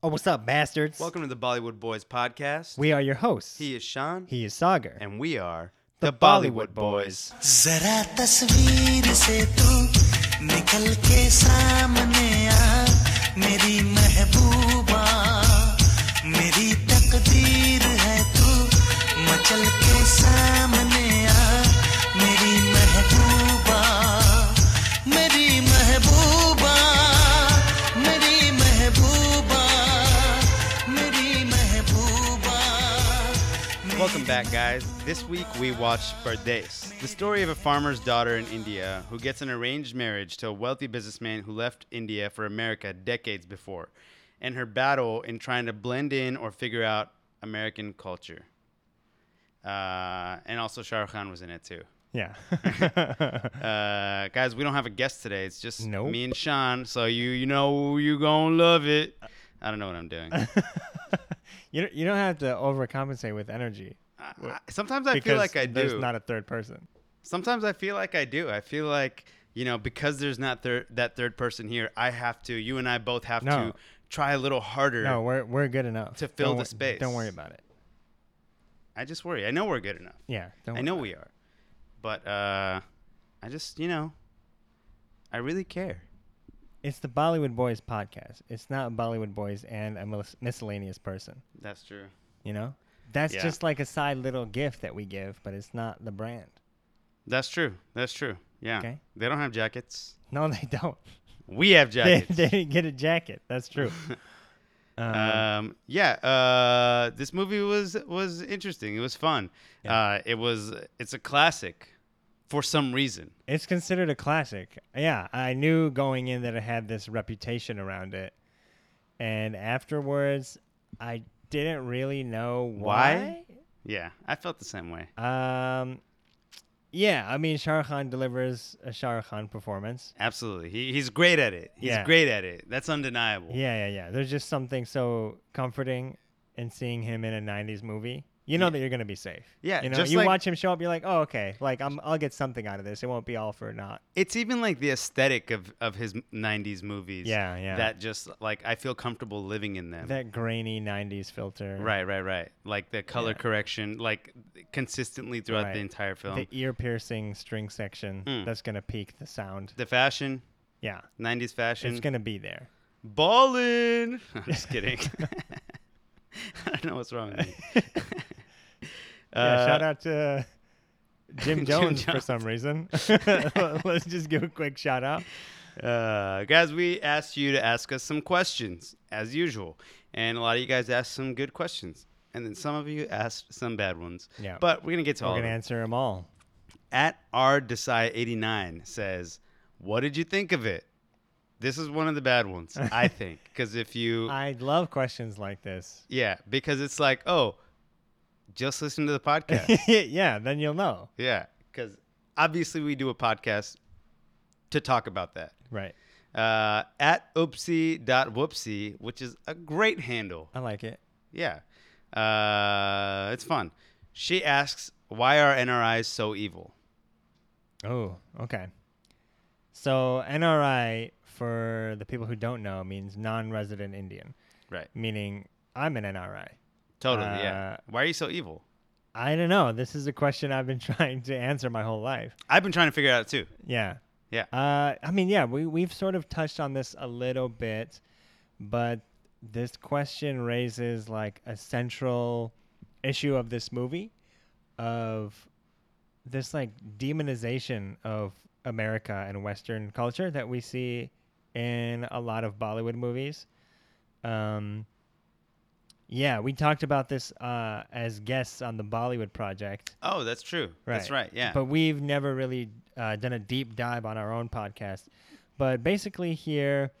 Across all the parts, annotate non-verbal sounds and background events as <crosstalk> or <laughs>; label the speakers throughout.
Speaker 1: Oh, what's up, bastards?
Speaker 2: Welcome to the Bollywood Boys podcast.
Speaker 1: We are your hosts.
Speaker 2: he is Sean,
Speaker 1: He is Sagar.
Speaker 2: and we are
Speaker 1: The Bollywood Boys.
Speaker 3: जरा तस्वीर से तू निकल के सामने आ मेरी महबूबा मेरी तकदीर है तू मचल के सामने आ मेरी महबूबा मेरी महबूबा मेरी महबूबा मेरी महबूबा मेरी
Speaker 2: Welcome back, guys. This week we watched Pardes, the story of a farmer's daughter in India who gets an arranged marriage to a wealthy businessman who left India for America decades before, and her battle in trying to blend in or figure out American culture. Uh, and also, Shah Rukh Khan was in it too. <laughs>
Speaker 1: yeah. <laughs>
Speaker 2: Uh, guys, we don't have a guest today. It's just
Speaker 1: Nope.
Speaker 2: me and Sean. So you you know you gonna love it. I don't know what I'm
Speaker 1: <laughs>
Speaker 2: doing. I,
Speaker 1: you don't, you don't have to overcompensate with energy.
Speaker 2: I- sometimes I feel
Speaker 1: because
Speaker 2: like I
Speaker 1: There's
Speaker 2: do.
Speaker 1: not a third person.
Speaker 2: sometimes I feel like I do. I feel like you know because there's not thir- that third person here. I have to. You and I both have
Speaker 1: No.
Speaker 2: to try a little harder.
Speaker 1: No, we're we're good enough
Speaker 2: To fill
Speaker 1: Don't
Speaker 2: the
Speaker 1: wor-
Speaker 2: space.
Speaker 1: Don't worry about it.
Speaker 2: I just worry. I know we're good enough.
Speaker 1: Yeah. Don't
Speaker 2: I
Speaker 1: wor-
Speaker 2: know we are, but uh, I just you know, I really care.
Speaker 1: It's the Bollywood Boys podcast. It's not Bollywood Boys and a mis- miscellaneous person.
Speaker 2: That's true.
Speaker 1: You know, that's
Speaker 2: Yeah.
Speaker 1: just like a side little gift that we give, but it's not the brand.
Speaker 2: That's true. That's true. Yeah.
Speaker 1: Okay.
Speaker 2: They don't have jackets.
Speaker 1: No, <laughs> they don't.
Speaker 2: We
Speaker 1: <laughs>
Speaker 2: have
Speaker 1: They,
Speaker 2: jackets.
Speaker 1: they didn't get a jacket. That's
Speaker 2: <laughs>
Speaker 1: true. Um,
Speaker 2: Um, yeah, uh, this movie was was interesting. It was fun. Uh, it was it's a classic for some reason.
Speaker 1: It's considered a classic. Yeah, I knew going in that it had this reputation around it. And afterwards, I didn't really know why.
Speaker 2: Why? Yeah, I felt the same way.
Speaker 1: Um yeah, I mean Shah Rukh Khan delivers a Shah Rukh Khan performance.
Speaker 2: Absolutely, he, he's great at it. He's
Speaker 1: Yeah.
Speaker 2: great at it. That's undeniable.
Speaker 1: Yeah, yeah, yeah. There's just something so comforting in seeing him in a 90s movie. You know that you're going to be safe.
Speaker 2: Yeah,
Speaker 1: You know,
Speaker 2: just
Speaker 1: you
Speaker 2: like-
Speaker 1: watch him show up, you're like, "Oh, okay. Like I'm I'll get something out of this. It won't be all for naught."
Speaker 2: It's even like the aesthetic of of his '90s movies.
Speaker 1: Yeah, yeah.
Speaker 2: That just like I feel comfortable living in them.
Speaker 1: That grainy 90s filter.
Speaker 2: right, right, right. Like the color correction, like consistently throughout
Speaker 1: Right.
Speaker 2: the entire film.
Speaker 1: the ear piercing string section
Speaker 2: Hmm.
Speaker 1: that's gonna peak the sound.
Speaker 2: the fashion,
Speaker 1: Yeah,
Speaker 2: '90s fashion.
Speaker 1: it's gonna be there. <laughs>
Speaker 2: Ballin'. <laughs> I'm just kidding. I don't know what's wrong with me.
Speaker 1: <laughs> yeah,
Speaker 2: Uh,
Speaker 1: shout out
Speaker 2: <laughs>
Speaker 1: to Jim
Speaker 2: Jim
Speaker 1: Jones for
Speaker 2: Jones.
Speaker 1: some
Speaker 2: <laughs>
Speaker 1: reason. <laughs> Let's just give a quick shout out.
Speaker 2: Uh, guys, we asked you to ask us some questions, as usual. And a lot of you guys asked some good questions. And then some of you asked some bad ones.
Speaker 1: Yeah.
Speaker 2: But we're going to get to all
Speaker 1: We're
Speaker 2: of
Speaker 1: gonna
Speaker 2: them.
Speaker 1: answer them all.
Speaker 2: At R Desai89 says, What did you think of it? This is one of the
Speaker 1: <laughs>
Speaker 2: bad ones, I think. Because if you.
Speaker 1: I love questions like this. <laughs>
Speaker 2: yeah, because it's like, oh, just listen to
Speaker 1: <laughs>
Speaker 2: the podcast.
Speaker 1: yeah, then you'll know.
Speaker 2: Yeah, because obviously we do a podcast to talk about that.
Speaker 1: Right.
Speaker 2: Uh, at oopsie.whoopsie, which is a great handle.
Speaker 1: I like it.
Speaker 2: Yeah. Uh, it's fun. She asks, why are NRIs so evil?
Speaker 1: Oh, okay. So NRI, for the people who don't know, means non-resident Indian,
Speaker 2: Right.
Speaker 1: meaning I'm an NRI.
Speaker 2: Totally, yeah.
Speaker 1: Uh,
Speaker 2: Why are you so evil?
Speaker 1: I don't know. This is a question I've been <laughs> trying to answer my whole life.
Speaker 2: I've been trying to figure it out too.
Speaker 1: Yeah.
Speaker 2: Yeah.
Speaker 1: Uh, I mean, yeah, we, we've sort of touched on this a little bit, but this question raises like a central issue of this movie of this like demonization of America and Western culture that we see in a lot of Bollywood movies. Um, yeah, we talked about this uh, as guests on the Bollywood project.
Speaker 2: Oh, that's true. That's right, yeah.
Speaker 1: But we've never really uh, done a deep dive on our own podcast. But basically, here,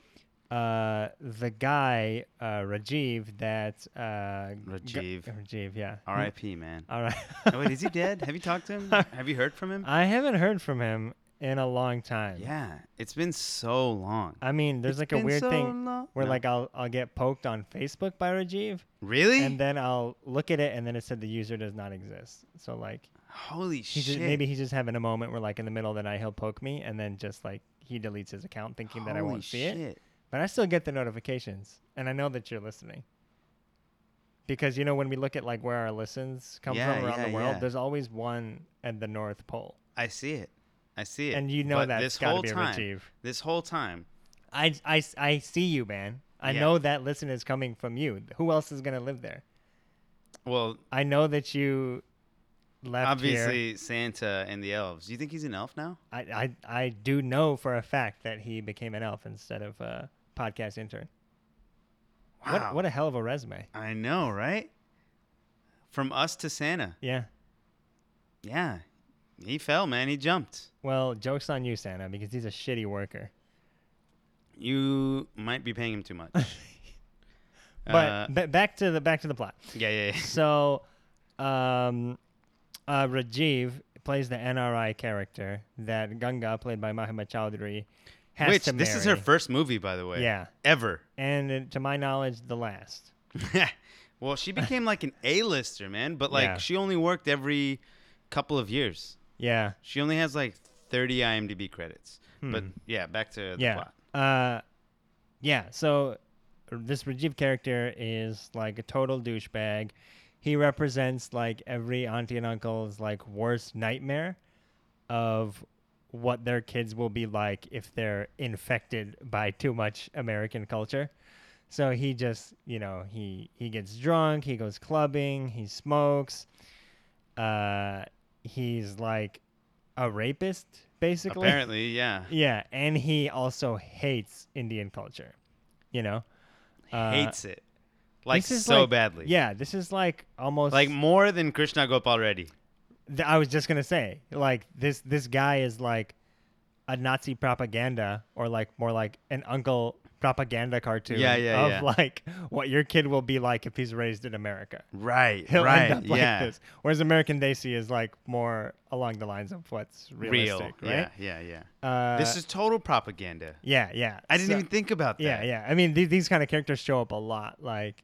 Speaker 1: uh, the guy, uh, Rajiv, that. Uh, g-
Speaker 2: Rajiv.
Speaker 1: Rajiv, yeah.
Speaker 2: R.I.P., man.
Speaker 1: <laughs> All right.
Speaker 2: Oh, wait,
Speaker 1: <laughs>
Speaker 2: is he dead? Have you talked to him? Have you heard from him?
Speaker 1: I haven't heard from him in a long time.
Speaker 2: Yeah, it's been so long.
Speaker 1: I mean, there's like
Speaker 2: It's
Speaker 1: a
Speaker 2: been
Speaker 1: weird
Speaker 2: so
Speaker 1: thing
Speaker 2: long.
Speaker 1: where
Speaker 2: No.
Speaker 1: like I'll I'll get poked on Facebook by Rajiv,
Speaker 2: Really?
Speaker 1: and then I'll look at it, and then it said the user does not exist. So like
Speaker 2: Holy
Speaker 1: He's
Speaker 2: shit.
Speaker 1: just, maybe he's just having a moment where, like, in the middle of the night, he'll poke me, and then just like he deletes his account, thinking that I
Speaker 2: Holy
Speaker 1: won't see it.
Speaker 2: shit.
Speaker 1: But I still get the notifications, and I know that you're listening. Because you know when we look at like where our listens come
Speaker 2: Yeah,
Speaker 1: from around the
Speaker 2: yeah,
Speaker 1: world,
Speaker 2: yeah.
Speaker 1: there's always one at the North Pole.
Speaker 2: I see it. I see it.
Speaker 1: And you know
Speaker 2: But
Speaker 1: that's
Speaker 2: this
Speaker 1: gotta
Speaker 2: whole
Speaker 1: be
Speaker 2: time,
Speaker 1: Rajiv.
Speaker 2: This whole time,
Speaker 1: I, I, I see you, man. I
Speaker 2: Yeah.
Speaker 1: know that listen is coming from you. Who else is gonna live there?
Speaker 2: well,
Speaker 1: I know that you left here.
Speaker 2: obviously Santa and the elves. Do you think he's an elf now?
Speaker 1: I, I I do know for a fact that he became an elf instead of a podcast intern.
Speaker 2: Wow.
Speaker 1: What what a hell of a resume.
Speaker 2: I know, right? From us to Santa.
Speaker 1: Yeah.
Speaker 2: Yeah. He fell, man. He jumped.
Speaker 1: Well, joke's on you, Santa, because he's a shitty worker.
Speaker 2: You might be paying him
Speaker 1: <laughs>
Speaker 2: too much.
Speaker 1: But
Speaker 2: Uh,
Speaker 1: ba- back to the back to the plot. <laughs>
Speaker 2: yeah, yeah, yeah.
Speaker 1: So, um, uh, Rajiv plays the NRI character that Ganga, played by Mahima Chowdhury, has
Speaker 2: Which
Speaker 1: to
Speaker 2: this is her
Speaker 1: marry.
Speaker 2: first movie, by the way.
Speaker 1: Yeah.
Speaker 2: Ever. <laughs>
Speaker 1: and uh, to my knowledge, the last.
Speaker 2: well, she became like an A-lister, man. But like,
Speaker 1: Yeah.
Speaker 2: she only worked every couple of years.
Speaker 1: Yeah,
Speaker 2: She only has like 30 IMDb credits. But yeah, back to the
Speaker 1: Hmm. yeah,
Speaker 2: plot.
Speaker 1: uh, yeah. So, r- this Rajiv character is like a total douchebag. He represents like every auntie and uncle's like worst nightmare of what their kids will be like if they're infected by too much American culture. So he just, you know, he he gets drunk, he goes clubbing, he smokes. Uh he's like a rapist basically.
Speaker 2: Apparently, yeah.
Speaker 1: Yeah, and he also hates Indian culture. You know? Uh,
Speaker 2: Hates it. Like
Speaker 1: this is
Speaker 2: so
Speaker 1: like-
Speaker 2: badly.
Speaker 1: Yeah, this is like almost
Speaker 2: Like more than Krishna Gopal Reddy.
Speaker 1: th- I was just gonna say, like this this guy is like a Nazi propaganda, or like more like an uncle propaganda cartoon.
Speaker 2: Yeah, yeah,
Speaker 1: of
Speaker 2: yeah.
Speaker 1: like what your kid will be like if he's raised in America. <laughs>
Speaker 2: Right.
Speaker 1: He'll
Speaker 2: right.
Speaker 1: end up like
Speaker 2: yeah.
Speaker 1: this. Whereas American Daisy is like more along the lines of what's
Speaker 2: Real.
Speaker 1: realistic,
Speaker 2: Yeah.
Speaker 1: right?
Speaker 2: Yeah. Yeah.
Speaker 1: Uh,
Speaker 2: this is total propaganda.
Speaker 1: yeah, yeah.
Speaker 2: I didn't
Speaker 1: So-
Speaker 2: even think about that.
Speaker 1: Yeah, yeah. I mean, th- these kind of characters show up a lot. Like,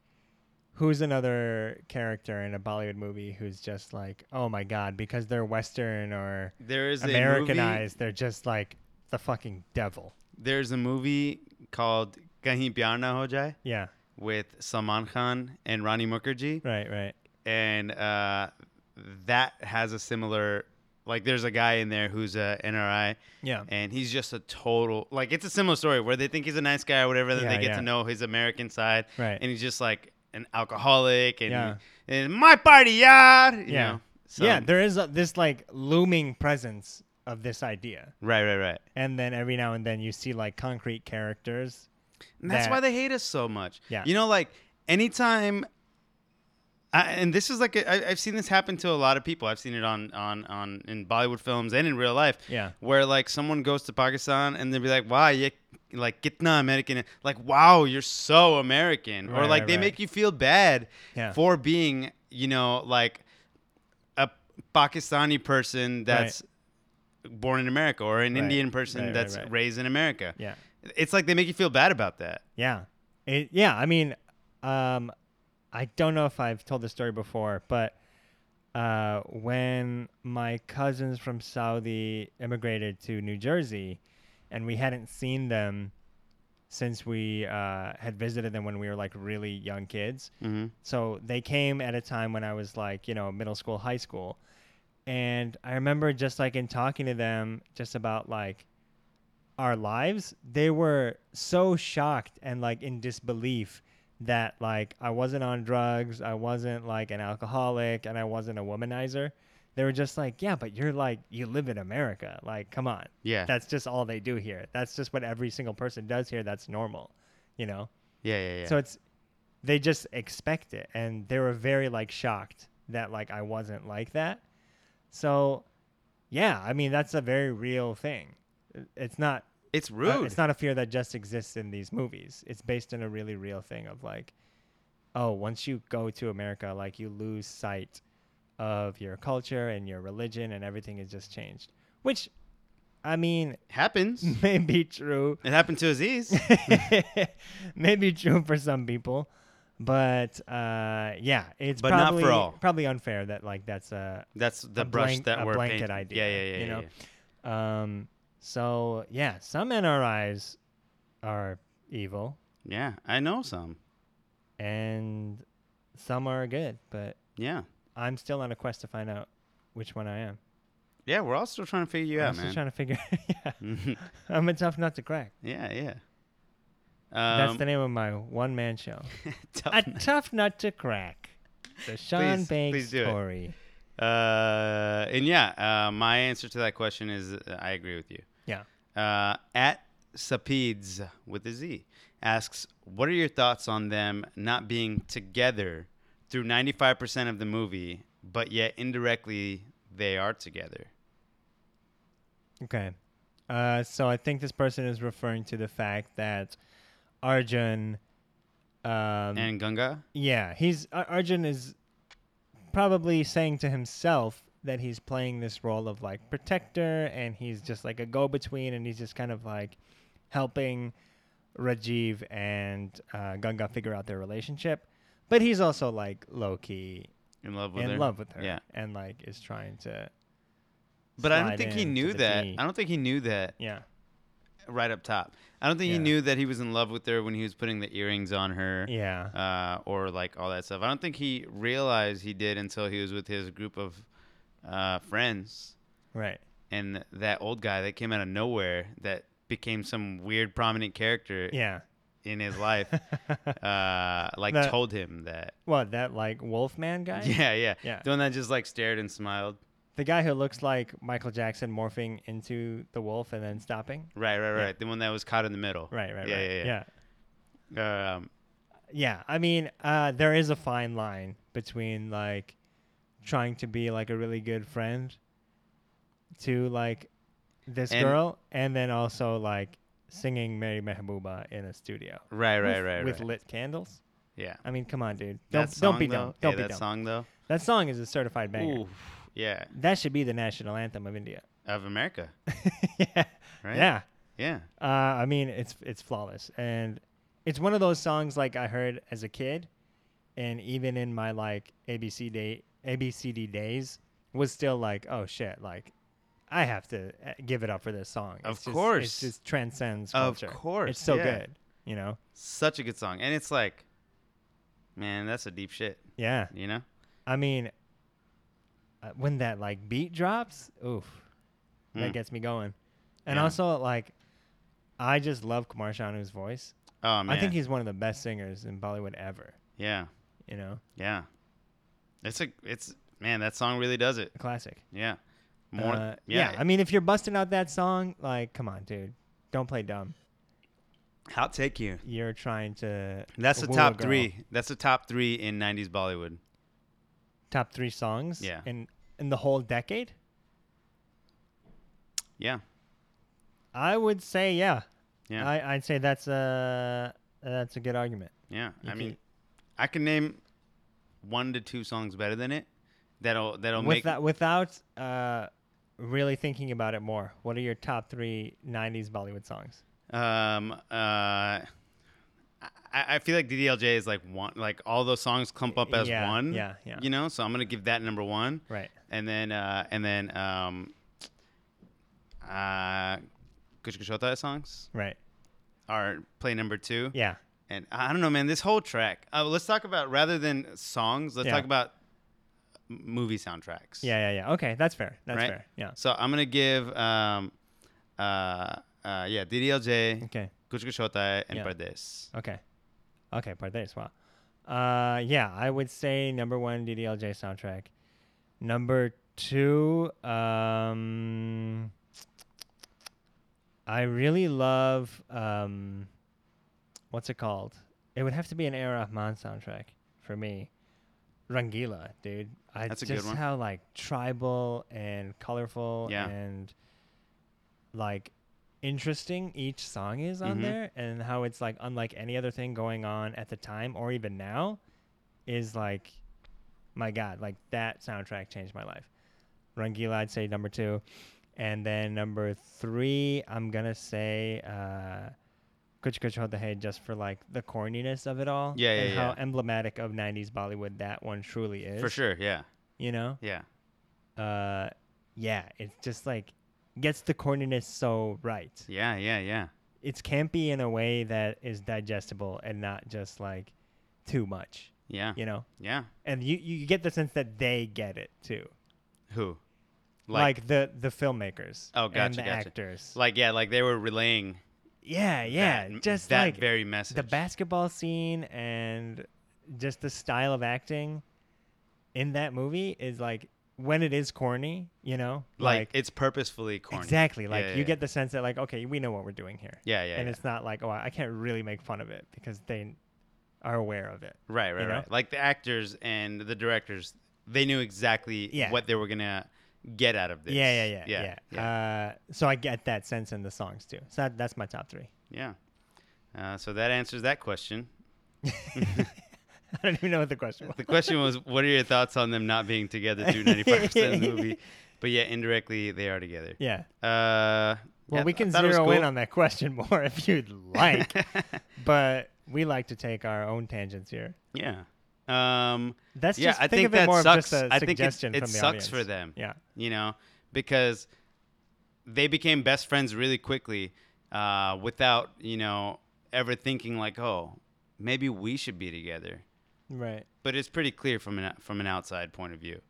Speaker 1: who's another character in a Bollywood movie who's just like, oh my god, because they're Western or
Speaker 2: There is A movie,
Speaker 1: Americanized, they're just like the fucking devil.
Speaker 2: there's a movie called Kahin Pyar Na Ho Jaye
Speaker 1: Yeah.
Speaker 2: with Salman Khan and Rani Mukherjee,
Speaker 1: Right. Right.
Speaker 2: and uh, that has a similar. Like, there's a guy in there who's a NRI,
Speaker 1: Yeah.
Speaker 2: and he's just a total. Like, it's a similar story where they think he's a nice guy or whatever. Then
Speaker 1: Yeah,
Speaker 2: they get
Speaker 1: yeah.
Speaker 2: to know his American side,
Speaker 1: Right.
Speaker 2: And he's just like an alcoholic, and,
Speaker 1: Yeah.
Speaker 2: and my party, yard. you
Speaker 1: Yeah.
Speaker 2: know? So-
Speaker 1: yeah. There is a, this like looming presence of this idea,
Speaker 2: right, right, right.
Speaker 1: and then every now and then you see like concrete characters.
Speaker 2: And that's
Speaker 1: that-
Speaker 2: why they hate us so much.
Speaker 1: Yeah.
Speaker 2: You know, like anytime, I, and this is like a, I, I've seen this happen to a lot of people. I've seen it on on on in Bollywood films and in real life.
Speaker 1: Yeah.
Speaker 2: Where like someone goes to Pakistan and they'll be like, "Wow, you like kitna American? hai." Like, wow, you're so American."
Speaker 1: Right,
Speaker 2: or like
Speaker 1: right,
Speaker 2: they
Speaker 1: right.
Speaker 2: make you feel bad
Speaker 1: Yeah.
Speaker 2: for being, you know, like a Pakistani person that's. Born in America, or an
Speaker 1: Right,
Speaker 2: Indian person
Speaker 1: right, right,
Speaker 2: that's
Speaker 1: right.
Speaker 2: raised in America.
Speaker 1: Yeah.
Speaker 2: It's like they make you feel bad about that.
Speaker 1: Yeah. It, yeah, I mean, um, I don't know if I've told this story before, but uh, when my cousins from Saudi immigrated to New Jersey, and we hadn't seen them since we uh, had visited them when we were like really young kids.
Speaker 2: Mm-hmm.
Speaker 1: So they came at a time when I was like, you know, middle school, high school. And I remember just like in talking to them just about like our lives, they were so shocked and like in disbelief that like I wasn't on drugs, I wasn't like an alcoholic, and I wasn't a womanizer. They were just like, yeah, but you're like, you live in America. Like, come on.
Speaker 2: Yeah.
Speaker 1: That's just all they do here. That's just what every single person does here. That's normal, you know?
Speaker 2: Yeah, yeah, yeah.
Speaker 1: So it's they just expect it, and they were very like shocked that like I wasn't like that. So yeah, I mean that's a very real thing. It- It's not
Speaker 2: it's
Speaker 1: uh,
Speaker 2: rude.
Speaker 1: it's not a fear that just exists in these movies. It's based on a really real thing of like, oh, once you go to America, like you lose sight of your culture and your religion, and everything is just changed. Which, I mean, <laughs>
Speaker 2: happens. it
Speaker 1: may be true. <laughs>
Speaker 2: happened to Aziz.
Speaker 1: maybe true for some people but uh yeah it's
Speaker 2: But not for
Speaker 1: probably
Speaker 2: all.
Speaker 1: probably unfair that like that's a,
Speaker 2: That's the
Speaker 1: a
Speaker 2: brush
Speaker 1: blank-
Speaker 2: that
Speaker 1: a
Speaker 2: we're
Speaker 1: blanket
Speaker 2: painting.
Speaker 1: idea
Speaker 2: Yeah, yeah, yeah.
Speaker 1: you
Speaker 2: yeah,
Speaker 1: know
Speaker 2: yeah.
Speaker 1: um so yeah some nris are evil,
Speaker 2: Yeah, I know some.
Speaker 1: and some are good, but
Speaker 2: Yeah.
Speaker 1: I'm still on a quest to find out which one I am.
Speaker 2: Yeah, we're all still trying to figure you
Speaker 1: I'm
Speaker 2: out,
Speaker 1: still
Speaker 2: man.
Speaker 1: trying to figure. <laughs> yeah.
Speaker 2: <laughs>
Speaker 1: I'm a tough nut to crack.
Speaker 2: yeah, yeah.
Speaker 1: That's
Speaker 2: Um,
Speaker 1: the name of my one man show.
Speaker 2: <laughs> tough
Speaker 1: a
Speaker 2: nut.
Speaker 1: tough nut to crack. The Sean
Speaker 2: Please-
Speaker 1: Banks
Speaker 2: please do it.
Speaker 1: story.
Speaker 2: Uh, and yeah, uh, my answer to that question is uh, I agree with you.
Speaker 1: Yeah.
Speaker 2: Uh, at Sapids with a Z asks, what are your thoughts on them not being together through 95% of the movie, but yet indirectly they are together?
Speaker 1: Okay. Uh, so I think this person is referring to the fact that Arjun. Um,
Speaker 2: And Ganga?
Speaker 1: yeah, he's Ar- Arjun is probably saying to himself that he's playing this role of like protector, and he's just like a go-between, and he's just kind of like helping Rajiv and uh, Ganga figure out their relationship. But he's also like low key
Speaker 2: In love with
Speaker 1: in
Speaker 2: her?
Speaker 1: love with her,
Speaker 2: Yeah.
Speaker 1: and like is trying to,
Speaker 2: But I
Speaker 1: slide
Speaker 2: don't think he
Speaker 1: in to
Speaker 2: knew
Speaker 1: the
Speaker 2: that.
Speaker 1: D.
Speaker 2: I don't think he knew that
Speaker 1: yeah,
Speaker 2: right up top. I don't think he
Speaker 1: Yeah.
Speaker 2: knew that he was in love with her when he was putting the earrings on her.
Speaker 1: yeah.
Speaker 2: uh, or like all that stuff. I don't think he realized he did until he was with his group of uh, friends
Speaker 1: Right.
Speaker 2: and that old guy that came out of nowhere that became some weird prominent character
Speaker 1: Yeah.
Speaker 2: in
Speaker 1: <laughs>
Speaker 2: his life. uh, like
Speaker 1: That-
Speaker 2: told him that.
Speaker 1: <laughs> What, that like Wolfman guy?
Speaker 2: Yeah, yeah,
Speaker 1: Yeah.
Speaker 2: The one that just like stared and smiled.
Speaker 1: The guy who looks like Michael Jackson morphing into the wolf and then stopping?
Speaker 2: Right, right,
Speaker 1: Yeah.
Speaker 2: right. The one that was caught in the middle.
Speaker 1: Right, right,
Speaker 2: yeah,
Speaker 1: right. yeah.
Speaker 2: Yeah, yeah. Yeah. Um,
Speaker 1: Yeah, I mean, uh, there is a fine line between like trying to be like a really good friend to like this
Speaker 2: And-
Speaker 1: girl and then also like singing Mary Mehbooba in a studio.
Speaker 2: right, right,
Speaker 1: with,
Speaker 2: right, right.
Speaker 1: With lit candles.
Speaker 2: yeah.
Speaker 1: I mean, come on, dude. Don't
Speaker 2: That song,
Speaker 1: don't be
Speaker 2: though,
Speaker 1: dumb.
Speaker 2: yeah,
Speaker 1: Don't be
Speaker 2: that
Speaker 1: dumb.
Speaker 2: song though.
Speaker 1: That song is a certified banger.
Speaker 2: Ooh, yeah,
Speaker 1: That should be the national anthem of India. <laughs>
Speaker 2: of America,
Speaker 1: yeah.
Speaker 2: right?
Speaker 1: Yeah.
Speaker 2: yeah.
Speaker 1: Uh, I mean, it's it's flawless, and it's one of those songs like I heard as a kid, and even in my like ABC day ABCD days was still like, oh shit, like I have to uh, give it up for this song.
Speaker 2: Of
Speaker 1: It's just-
Speaker 2: course.
Speaker 1: it just transcends.
Speaker 2: Of
Speaker 1: Culture.
Speaker 2: course,
Speaker 1: it's so
Speaker 2: yeah.
Speaker 1: good. You know,
Speaker 2: such a good song and it's like man that's a deep shit
Speaker 1: yeah.
Speaker 2: you know
Speaker 1: I mean, uh, when that like beat drops, oof,
Speaker 2: Mm.
Speaker 1: that gets me going. And
Speaker 2: Yeah.
Speaker 1: also like, I just love Kumar Shanu's voice.
Speaker 2: oh man
Speaker 1: I think he's one of the best singers in Bollywood ever.
Speaker 2: yeah
Speaker 1: You know,
Speaker 2: yeah it's a it's man that song really does it
Speaker 1: a classic.
Speaker 2: yeah more
Speaker 1: Uh,
Speaker 2: yeah,
Speaker 1: I mean, if you're busting out that song, like, come on, dude, don't play dumb.
Speaker 2: hot take here
Speaker 1: You're trying to.
Speaker 2: that's the
Speaker 1: woo a
Speaker 2: top
Speaker 1: girl.
Speaker 2: three that's the top three in 90s bollywood
Speaker 1: Top three songs.
Speaker 2: Yeah.
Speaker 1: In in the whole decade,
Speaker 2: yeah
Speaker 1: I would say yeah.
Speaker 2: yeah
Speaker 1: I I'd say that's a that's a good argument.
Speaker 2: yeah i
Speaker 1: you
Speaker 2: mean
Speaker 1: could-
Speaker 2: i can name one to two songs better than it that'll that'll
Speaker 1: With
Speaker 2: make
Speaker 1: that, without uh, really thinking about it more, what are your top three '90s Bollywood songs?
Speaker 2: Um, uh, I, I feel like DDLJ is like one, like all those songs clump up as
Speaker 1: Yeah,
Speaker 2: one.
Speaker 1: yeah, yeah.
Speaker 2: You know, so I'm gonna give that number one,
Speaker 1: Right.
Speaker 2: and then uh, and then um, uh, Kuch Kuchota songs
Speaker 1: Right.
Speaker 2: are play number two.
Speaker 1: Yeah.
Speaker 2: And I don't know, man. This whole track. Uh, let's talk about rather than songs. Let's
Speaker 1: Yeah.
Speaker 2: talk about m- movie soundtracks.
Speaker 1: Yeah. Yeah. Yeah. Okay, that's fair. That's
Speaker 2: Right.
Speaker 1: fair. Yeah.
Speaker 2: So I'm gonna give um, uh, uh, yeah, DDLJ,
Speaker 1: Okay.
Speaker 2: Kuch Kuchota, and
Speaker 1: Yeah.
Speaker 2: Pardes.
Speaker 1: Okay. Okay, Pardes, wow. Uh yeah, I would say number one DDLJ soundtrack. Number two, um I really love um what's it called? It would have to be an A. Rahman soundtrack for me. Rangila, dude. I
Speaker 2: That's a good
Speaker 1: just
Speaker 2: one.
Speaker 1: how like tribal and colorful
Speaker 2: Yeah.
Speaker 1: and like interesting each song is on
Speaker 2: Mhm.
Speaker 1: there and how it's like unlike any other thing going on at the time or even now is like my god like that soundtrack changed my life rangila i'd say number two and then number three i'm gonna say uh kuch kuch hota hai just for like the corniness of it all
Speaker 2: Yeah,
Speaker 1: and
Speaker 2: yeah,
Speaker 1: how
Speaker 2: yeah.
Speaker 1: emblematic of 90s bollywood that one truly is
Speaker 2: For sure, yeah.
Speaker 1: you know
Speaker 2: Yeah.
Speaker 1: uh yeah it's just like gets the corniness so right
Speaker 2: Yeah, yeah, yeah.
Speaker 1: it's campy in a way that is digestible and not just like too much,
Speaker 2: Yeah.
Speaker 1: you know.
Speaker 2: Yeah.
Speaker 1: And you you get the sense that they get it too,
Speaker 2: Who?
Speaker 1: like, the the filmmakers.
Speaker 2: Oh,
Speaker 1: and
Speaker 2: gotcha,
Speaker 1: the
Speaker 2: gotcha.
Speaker 1: actors.
Speaker 2: like yeah, like they were relaying.
Speaker 1: yeah, yeah,
Speaker 2: that,
Speaker 1: just
Speaker 2: that
Speaker 1: like
Speaker 2: very message.
Speaker 1: the basketball scene and just the style of acting in that movie is like when it is corny, you know,
Speaker 2: like, it's purposefully corny.
Speaker 1: exactly
Speaker 2: Yeah,
Speaker 1: like
Speaker 2: yeah,
Speaker 1: you
Speaker 2: yeah.
Speaker 1: get the sense that like okay, we know what we're doing here.
Speaker 2: Yeah, yeah,
Speaker 1: and
Speaker 2: yeah.
Speaker 1: it's not like oh, I can't really make fun of it because they are aware of it.
Speaker 2: right, right,
Speaker 1: you know?
Speaker 2: right. Like the actors and the directors, they knew exactly
Speaker 1: Yeah.
Speaker 2: what they were gonna get out of this.
Speaker 1: Yeah, yeah, yeah,
Speaker 2: yeah,
Speaker 1: yeah. Uh, so I get that sense in the songs too. So that, that's my top three. <laughs>
Speaker 2: yeah. Uh, so that answers that question.
Speaker 1: I don't even know what the question was.
Speaker 2: The
Speaker 1: <laughs>
Speaker 2: question was, what are your thoughts on them not being together through ninety-five percent of the movie? But yeah, indirectly they are together.
Speaker 1: Yeah.
Speaker 2: Uh,
Speaker 1: Well,
Speaker 2: yeah,
Speaker 1: we
Speaker 2: I
Speaker 1: can
Speaker 2: thought it was
Speaker 1: zero in
Speaker 2: cool.
Speaker 1: on that question <laughs> more if you'd like,
Speaker 2: <laughs>
Speaker 1: but we like to take our own tangents here.
Speaker 2: Yeah. Um,
Speaker 1: That's
Speaker 2: yeah,
Speaker 1: just
Speaker 2: I
Speaker 1: think,
Speaker 2: think
Speaker 1: of
Speaker 2: that
Speaker 1: it more
Speaker 2: sucks.
Speaker 1: of just a
Speaker 2: I think it-
Speaker 1: suggestion
Speaker 2: it
Speaker 1: from the
Speaker 2: sucks
Speaker 1: audience.
Speaker 2: for them.
Speaker 1: Yeah.
Speaker 2: you know, because they became best friends really quickly uh, without, you know, ever thinking like, oh, maybe we should be together.
Speaker 1: Right.
Speaker 2: But it's pretty clear from an from an outside point of view.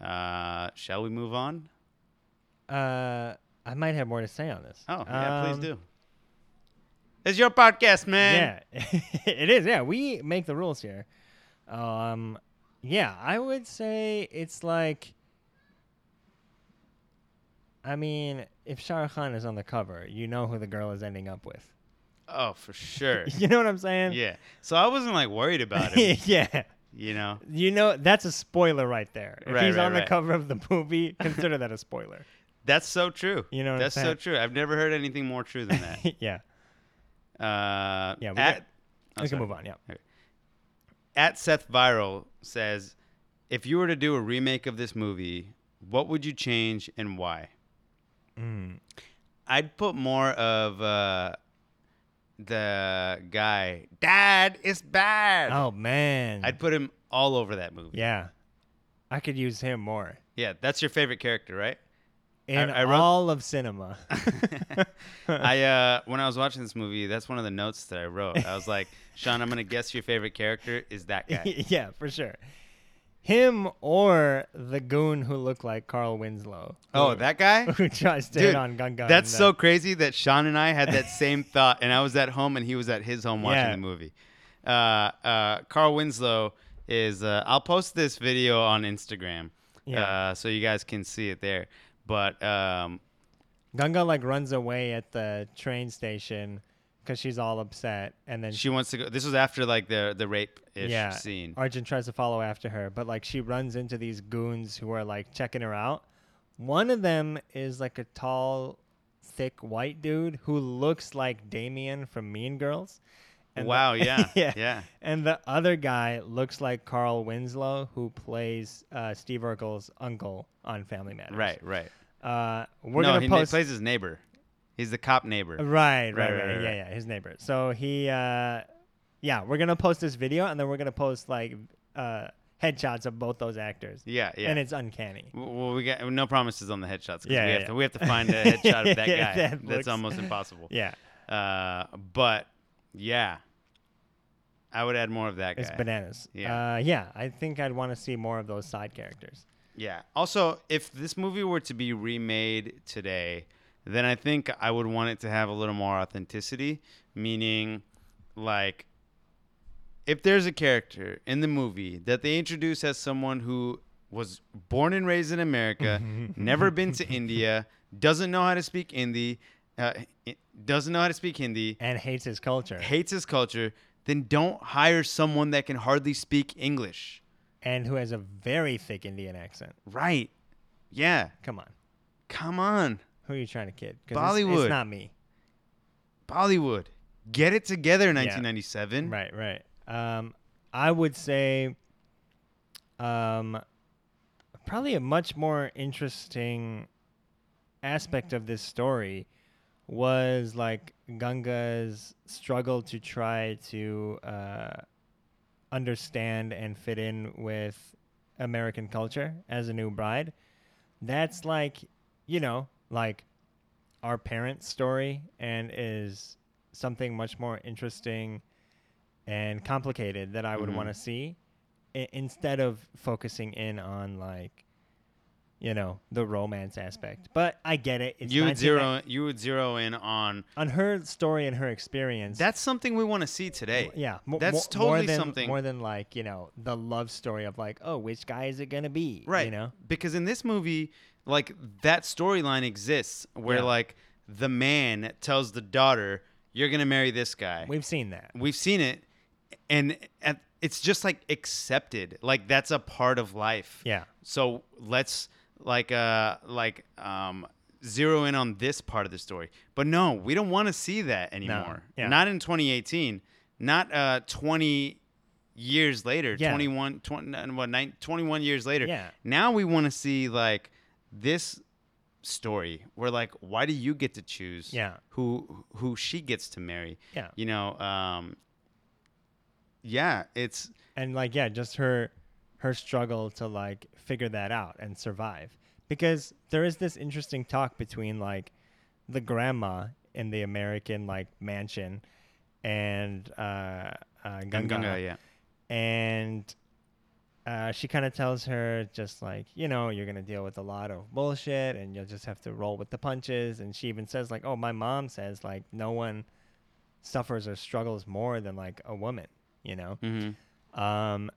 Speaker 2: Uh, shall we move on?
Speaker 1: Uh, I might have more to say on this.
Speaker 2: Oh, yeah,
Speaker 1: Um,
Speaker 2: please do. It's your podcast, man.
Speaker 1: Yeah, <laughs> it is. Yeah, we make the rules here. Um, yeah, I would say it's like. I mean, if Shah Rukh Khan is on the cover, you know who the girl is ending up with. <laughs>
Speaker 2: Oh, for sure.
Speaker 1: You know what I'm saying?
Speaker 2: yeah. So I wasn't like worried about him,
Speaker 1: <laughs> yeah.
Speaker 2: you know.
Speaker 1: You know, that's a spoiler right there. If
Speaker 2: Right,
Speaker 1: he's
Speaker 2: right,
Speaker 1: on
Speaker 2: right.
Speaker 1: the cover of the movie, <laughs> consider that a spoiler. <laughs>
Speaker 2: That's so true.
Speaker 1: You know what I'm
Speaker 2: That's so
Speaker 1: saying?
Speaker 2: true. I've never heard anything more true
Speaker 1: <laughs>
Speaker 2: than that.
Speaker 1: yeah.
Speaker 2: Uh,
Speaker 1: Yeah, we
Speaker 2: at,
Speaker 1: got-
Speaker 2: oh,
Speaker 1: we can
Speaker 2: sorry.
Speaker 1: move on. Yeah.
Speaker 2: At Seth Viral says, if you were to do a remake of this movie, what would you change and why?
Speaker 1: Hmm.
Speaker 2: I'd put more of uh, the guy, Dad, it's bad.
Speaker 1: Oh, man.
Speaker 2: I'd put him all over that movie.
Speaker 1: yeah. I could use him more.
Speaker 2: Yeah, that's your favorite
Speaker 1: <laughs>
Speaker 2: character, right?
Speaker 1: In
Speaker 2: I wrote-
Speaker 1: all of cinema. <laughs>
Speaker 2: I uh, when I was watching this movie, that's one of the notes that I wrote. I was
Speaker 1: <laughs>
Speaker 2: like, Sean, I'm gonna guess your favorite character is that guy.
Speaker 1: yeah, for sure. Him or the goon who looked like Carl Winslow.
Speaker 2: oh,
Speaker 1: who-
Speaker 2: that guy.
Speaker 1: <laughs> who tries to hit on Gun Gun.
Speaker 2: That's
Speaker 1: and uh,
Speaker 2: so
Speaker 1: the-
Speaker 2: crazy that Sean and I had that same thought, and I was at home and he was at his home watching
Speaker 1: Yeah.
Speaker 2: the movie. Uh, uh, Carl Winslow is. Uh, I'll post this video on Instagram,
Speaker 1: Yeah.
Speaker 2: uh, so you guys can see it there. But um,
Speaker 1: Ganga like runs away at the train station because she's all upset, and then
Speaker 2: she wants to go. This was after like the the rape ish
Speaker 1: yeah,
Speaker 2: scene.
Speaker 1: Arjun tries to follow after her, but like she runs into these goons who are like checking her out. One of them is like a tall, thick white dude who looks like Damien from Mean Girls. the- <laughs>
Speaker 2: wow. yeah.
Speaker 1: yeah.
Speaker 2: Yeah.
Speaker 1: And the other guy looks like Carl Winslow, who plays uh, Steve Urkel's uncle on Family Matters.
Speaker 2: Right. Right.
Speaker 1: Uh, we're
Speaker 2: no,
Speaker 1: gonna
Speaker 2: he na-
Speaker 1: post.
Speaker 2: plays his neighbor. He's the cop neighbor.
Speaker 1: Right, right,
Speaker 2: Right,
Speaker 1: right,
Speaker 2: right, right,
Speaker 1: Yeah,
Speaker 2: right.
Speaker 1: yeah, his neighbor. So he, uh, yeah, we're gonna post this video, and then we're gonna post like uh, headshots of both those actors.
Speaker 2: Yeah. Yeah.
Speaker 1: and it's uncanny.
Speaker 2: W- Well, we got no promises on the headshots. 'cause
Speaker 1: Yeah, yeah,
Speaker 2: we have
Speaker 1: yeah.
Speaker 2: to we have to
Speaker 1: <laughs>
Speaker 2: find a headshot of that guy.
Speaker 1: Yeah, that
Speaker 2: That's
Speaker 1: looks-
Speaker 2: almost impossible.
Speaker 1: Yeah,
Speaker 2: Uh, but yeah, I would add more of that guy.
Speaker 1: it's bananas.
Speaker 2: Yeah.
Speaker 1: uh, yeah. I think I'd want to see more of those side characters.
Speaker 2: yeah. Also, if this movie were to be remade today, then I think I would want it to have a little more authenticity, meaning like if there's a character in the movie that they introduce as someone who was born and raised in America, never been to India, doesn't know how to speak Hindi, uh, doesn't know how to speak Hindi,
Speaker 1: And hates his culture,
Speaker 2: hates his culture, then don't hire someone that can hardly speak English.
Speaker 1: and who has a very thick Indian accent.
Speaker 2: Right. Yeah.
Speaker 1: Come on,
Speaker 2: Come on.
Speaker 1: who are you trying to kid? 'Cause it's- It's,
Speaker 2: Bollywood.
Speaker 1: not me.
Speaker 2: Bollywood. Get it together in 1997.
Speaker 1: Right, right. Um, I would say, um, probably a much more interesting aspect of this story was like Ganga's struggle to try to uh, understand and fit in with American culture as a new bride. That's like, you know, like our parents' story and is something much more interesting and complicated that I would
Speaker 2: Mhm.
Speaker 1: want to see I- instead of focusing in on like you know the romance aspect. But I get it. It's
Speaker 2: you would
Speaker 1: 1990
Speaker 2: zero you would zero in on
Speaker 1: on her story and her experience.
Speaker 2: that's something we want to see today.
Speaker 1: yeah, mo-
Speaker 2: that's
Speaker 1: mo- more
Speaker 2: totally
Speaker 1: than,
Speaker 2: something-
Speaker 1: more than like you know the love story of like oh which guy is it gonna be
Speaker 2: Right.
Speaker 1: you know
Speaker 2: Because in this movie, like that storyline exists where
Speaker 1: Yeah.
Speaker 2: like the man tells the daughter, You're gonna marry this guy.
Speaker 1: we've seen that
Speaker 2: We've seen it and at, it's just like accepted. Like that's a part of life.
Speaker 1: yeah
Speaker 2: So let's like uh like um zero in on this part of the story. But no, we don't want to see that anymore.
Speaker 1: yeah.
Speaker 2: Not in 2018. Not uh 20 years later.
Speaker 1: Yeah.
Speaker 2: 21 20 uh, what nine, 21 years later.
Speaker 1: Yeah.
Speaker 2: Now we want to see like this story. We're like why do you get to choose
Speaker 1: Yeah.
Speaker 2: who who she gets to marry?
Speaker 1: Yeah.
Speaker 2: You know, um yeah, it's
Speaker 1: and like yeah just her her struggle to like figure that out and survive because there is this interesting talk between like the grandma in the american like mansion and uh uh Ganga,
Speaker 2: Ganga, yeah.
Speaker 1: and uh, she kind of tells her just like you know you're gonna deal with a lot of bullshit and you'll just have to roll with the punches and she even says like oh my mom says like no one suffers or struggles more than like a woman you know
Speaker 2: Mhm.
Speaker 1: um,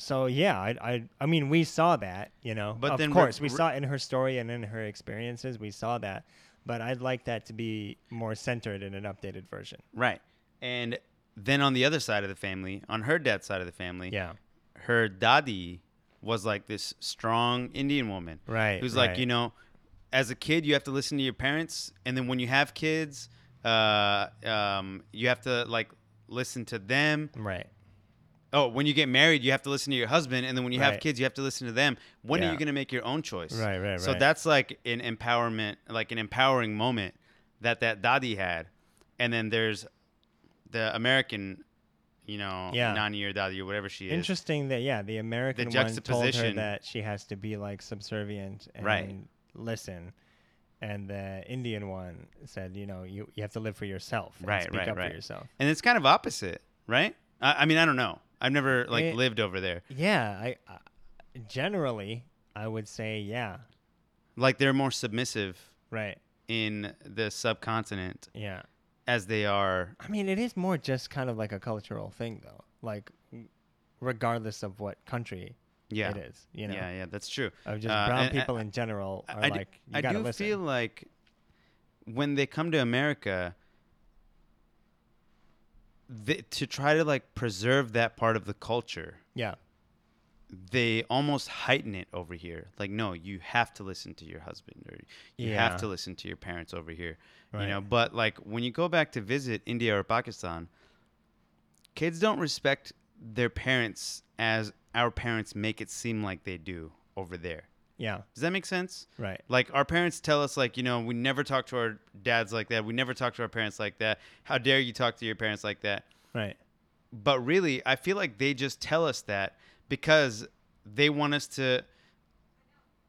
Speaker 1: so yeah, I, I I mean we saw that, you know.
Speaker 2: But
Speaker 1: But of
Speaker 2: then re-
Speaker 1: course we
Speaker 2: re-
Speaker 1: saw it in her story and in her experiences, we saw that. But I'd like that to be more centered in an updated version.
Speaker 2: Right. And then on the other side of the family, on her dad's side of the family,
Speaker 1: Yeah.
Speaker 2: her daddy was like this strong Indian woman.
Speaker 1: Right,
Speaker 2: Who's like,
Speaker 1: right.
Speaker 2: you know, as a kid, you have to listen to your parents. And then when you have kids, uh, um, you have to like listen to them.
Speaker 1: Right.
Speaker 2: Oh, when you get married, you have to listen to your husband, and then when you have
Speaker 1: Right.
Speaker 2: kids, you have to listen to them. When are
Speaker 1: Yeah.
Speaker 2: you going to make your own choice?
Speaker 1: Right, right,
Speaker 2: So
Speaker 1: right.
Speaker 2: that's like an empowerment, like an empowering moment that that daddy had, and then there's the American, you know,
Speaker 1: Yeah.
Speaker 2: non-year daddy or whatever she is.
Speaker 1: Interesting that yeah, the American one told her
Speaker 2: juxtaposition.
Speaker 1: that she has to be like subservient and
Speaker 2: Right.
Speaker 1: listen. And the Indian one said, you know, you, you have to live for yourself. And
Speaker 2: Right,
Speaker 1: speak
Speaker 2: right,
Speaker 1: up
Speaker 2: right.
Speaker 1: for yourself.
Speaker 2: And it's kind of opposite, right? I, I mean, I don't know. I've never like
Speaker 1: It-
Speaker 2: lived over there.
Speaker 1: Yeah, I, I generally I would say yeah.
Speaker 2: Like they're more submissive
Speaker 1: Right.
Speaker 2: in the subcontinent
Speaker 1: Yeah.
Speaker 2: as they are.
Speaker 1: I mean, it is more just kind of like a cultural thing, though. Like, regardless of what country
Speaker 2: Yeah.
Speaker 1: it is, you know,
Speaker 2: Yeah, yeah, that's true.
Speaker 1: of just
Speaker 2: Uh,
Speaker 1: brown
Speaker 2: and-
Speaker 1: people in general are
Speaker 2: I do-
Speaker 1: like, you
Speaker 2: I
Speaker 1: gotta
Speaker 2: do
Speaker 1: listen.
Speaker 2: feel like when they come to America, they, to try to like preserve that part of the culture,
Speaker 1: yeah,
Speaker 2: they almost heighten it over here. Like, no, you have to listen to your husband, or you
Speaker 1: Yeah.
Speaker 2: have to listen to your parents over here. You
Speaker 1: Right.
Speaker 2: know, but like when you go back to visit India or Pakistan, kids don't respect their parents as our parents make it seem like they do over there.
Speaker 1: yeah,
Speaker 2: Does that make sense?
Speaker 1: right,
Speaker 2: Like our parents tell us, like you know, we never talk to our dads like that. We never talk to our parents like that. How dare you talk to your parents like that?
Speaker 1: right,
Speaker 2: But really, I feel like they just tell us that because they want us to.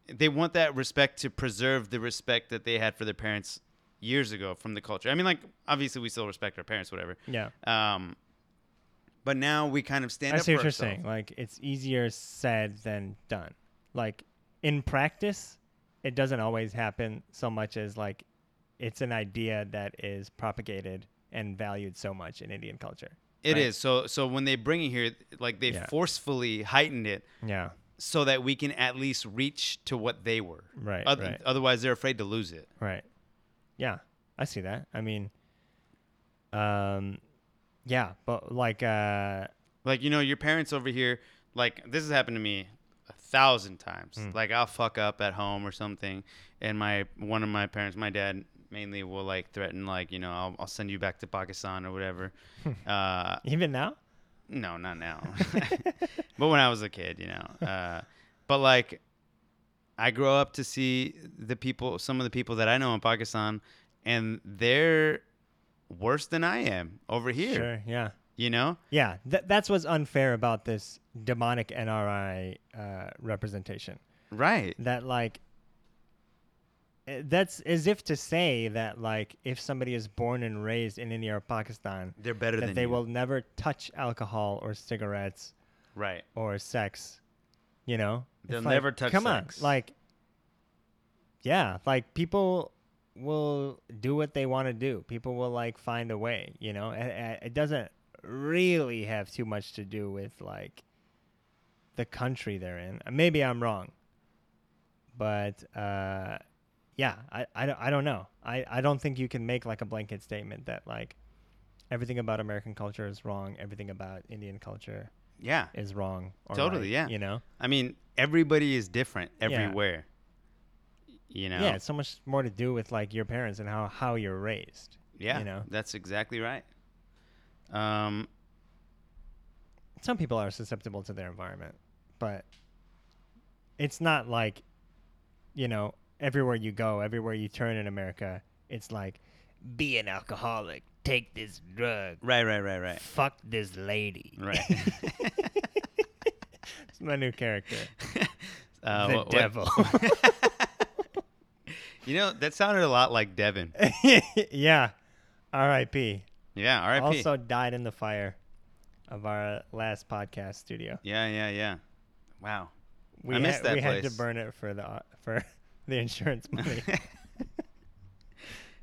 Speaker 2: They want that respect to preserve the respect that they had for their parents years ago from the culture. I mean, like obviously we still respect our parents, whatever.
Speaker 1: yeah.
Speaker 2: Um, but now we kind of stand
Speaker 1: I
Speaker 2: up
Speaker 1: see
Speaker 2: for
Speaker 1: what you're
Speaker 2: ourselves.
Speaker 1: saying. Like, it's easier said than done. Like, in practice, it doesn't always happen so much as like it's an idea that is propagated and valued so much in Indian culture.
Speaker 2: It is
Speaker 1: right?
Speaker 2: so. So when they bring it here, like they
Speaker 1: Yeah.
Speaker 2: forcefully heightened it
Speaker 1: Yeah,
Speaker 2: so that we can at least reach to what they were.
Speaker 1: Right,
Speaker 2: Oth-
Speaker 1: right.
Speaker 2: Otherwise, they're afraid to lose it.
Speaker 1: Right. Yeah, I see that. I mean, um, yeah, but like, uh,
Speaker 2: Like you know, your parents over here. Like this has happened to me a thousand times.
Speaker 1: Hmm.
Speaker 2: Like I'll fuck up at home or something, and my one of my parents, my dad mainly, will like threaten, like you know, I'll, I'll send you back to Pakistan
Speaker 1: <laughs>
Speaker 2: or whatever. uh,
Speaker 1: even now,
Speaker 2: No, not now. <laughs> but when I was a kid, you know. Uh, but like, I grow up to see the people, some of the people that I know in Pakistan, and they're worse than I am over here.
Speaker 1: sure, yeah,
Speaker 2: You know,
Speaker 1: yeah. Th- that's what's unfair about this demonic NRI uh, representation.
Speaker 2: right?
Speaker 1: That like, eh, that's as if to say that like if somebody is born and raised in India or Pakistan,
Speaker 2: They're better
Speaker 1: that
Speaker 2: than
Speaker 1: they
Speaker 2: you.
Speaker 1: will never touch alcohol or cigarettes
Speaker 2: Right.
Speaker 1: or sex. You know,
Speaker 2: They'll
Speaker 1: It's like,
Speaker 2: never touch
Speaker 1: Come
Speaker 2: sex.
Speaker 1: on, like, yeah, like people will do what they want to do. People will like find a way. You know, and, and it doesn't really have too much to do with like the country they're in. Uh, Maybe I'm wrong, but uh, yeah, I, I don't I don't know. I I don't think you can make like a blanket statement that like. Everything about American culture is wrong. Everything about Indian culture
Speaker 2: Yeah.
Speaker 1: is wrong. Or
Speaker 2: Totally,
Speaker 1: right,
Speaker 2: yeah.
Speaker 1: You know,
Speaker 2: I mean, everybody is different
Speaker 1: Yeah.
Speaker 2: everywhere. You know.
Speaker 1: yeah, it's so much more to do with like your parents and how how you're raised.
Speaker 2: Yeah,
Speaker 1: you know,
Speaker 2: that's exactly right. Um,
Speaker 1: some people are susceptible to their environment, but it's not like, you know, everywhere you go, everywhere you turn in America, it's like, be an alcoholic, take this drug,
Speaker 2: right, right, right, right,
Speaker 1: fuck this lady. <laughs>
Speaker 2: right.
Speaker 1: It's my new
Speaker 2: <laughs>
Speaker 1: character, <laughs>
Speaker 2: Uh,
Speaker 1: the
Speaker 2: what- what-
Speaker 1: devil.
Speaker 2: <laughs> you know, that sounded a lot like Devin.
Speaker 1: yeah, R.I.P.
Speaker 2: Yeah, R.I.P.
Speaker 1: Also died in the fire of our last podcast studio.
Speaker 2: yeah, yeah, yeah. Wow.
Speaker 1: We
Speaker 2: I miss
Speaker 1: had,
Speaker 2: that
Speaker 1: we had to
Speaker 2: place.
Speaker 1: burn it for the au- for <laughs> the insurance
Speaker 2: <laughs>
Speaker 1: money.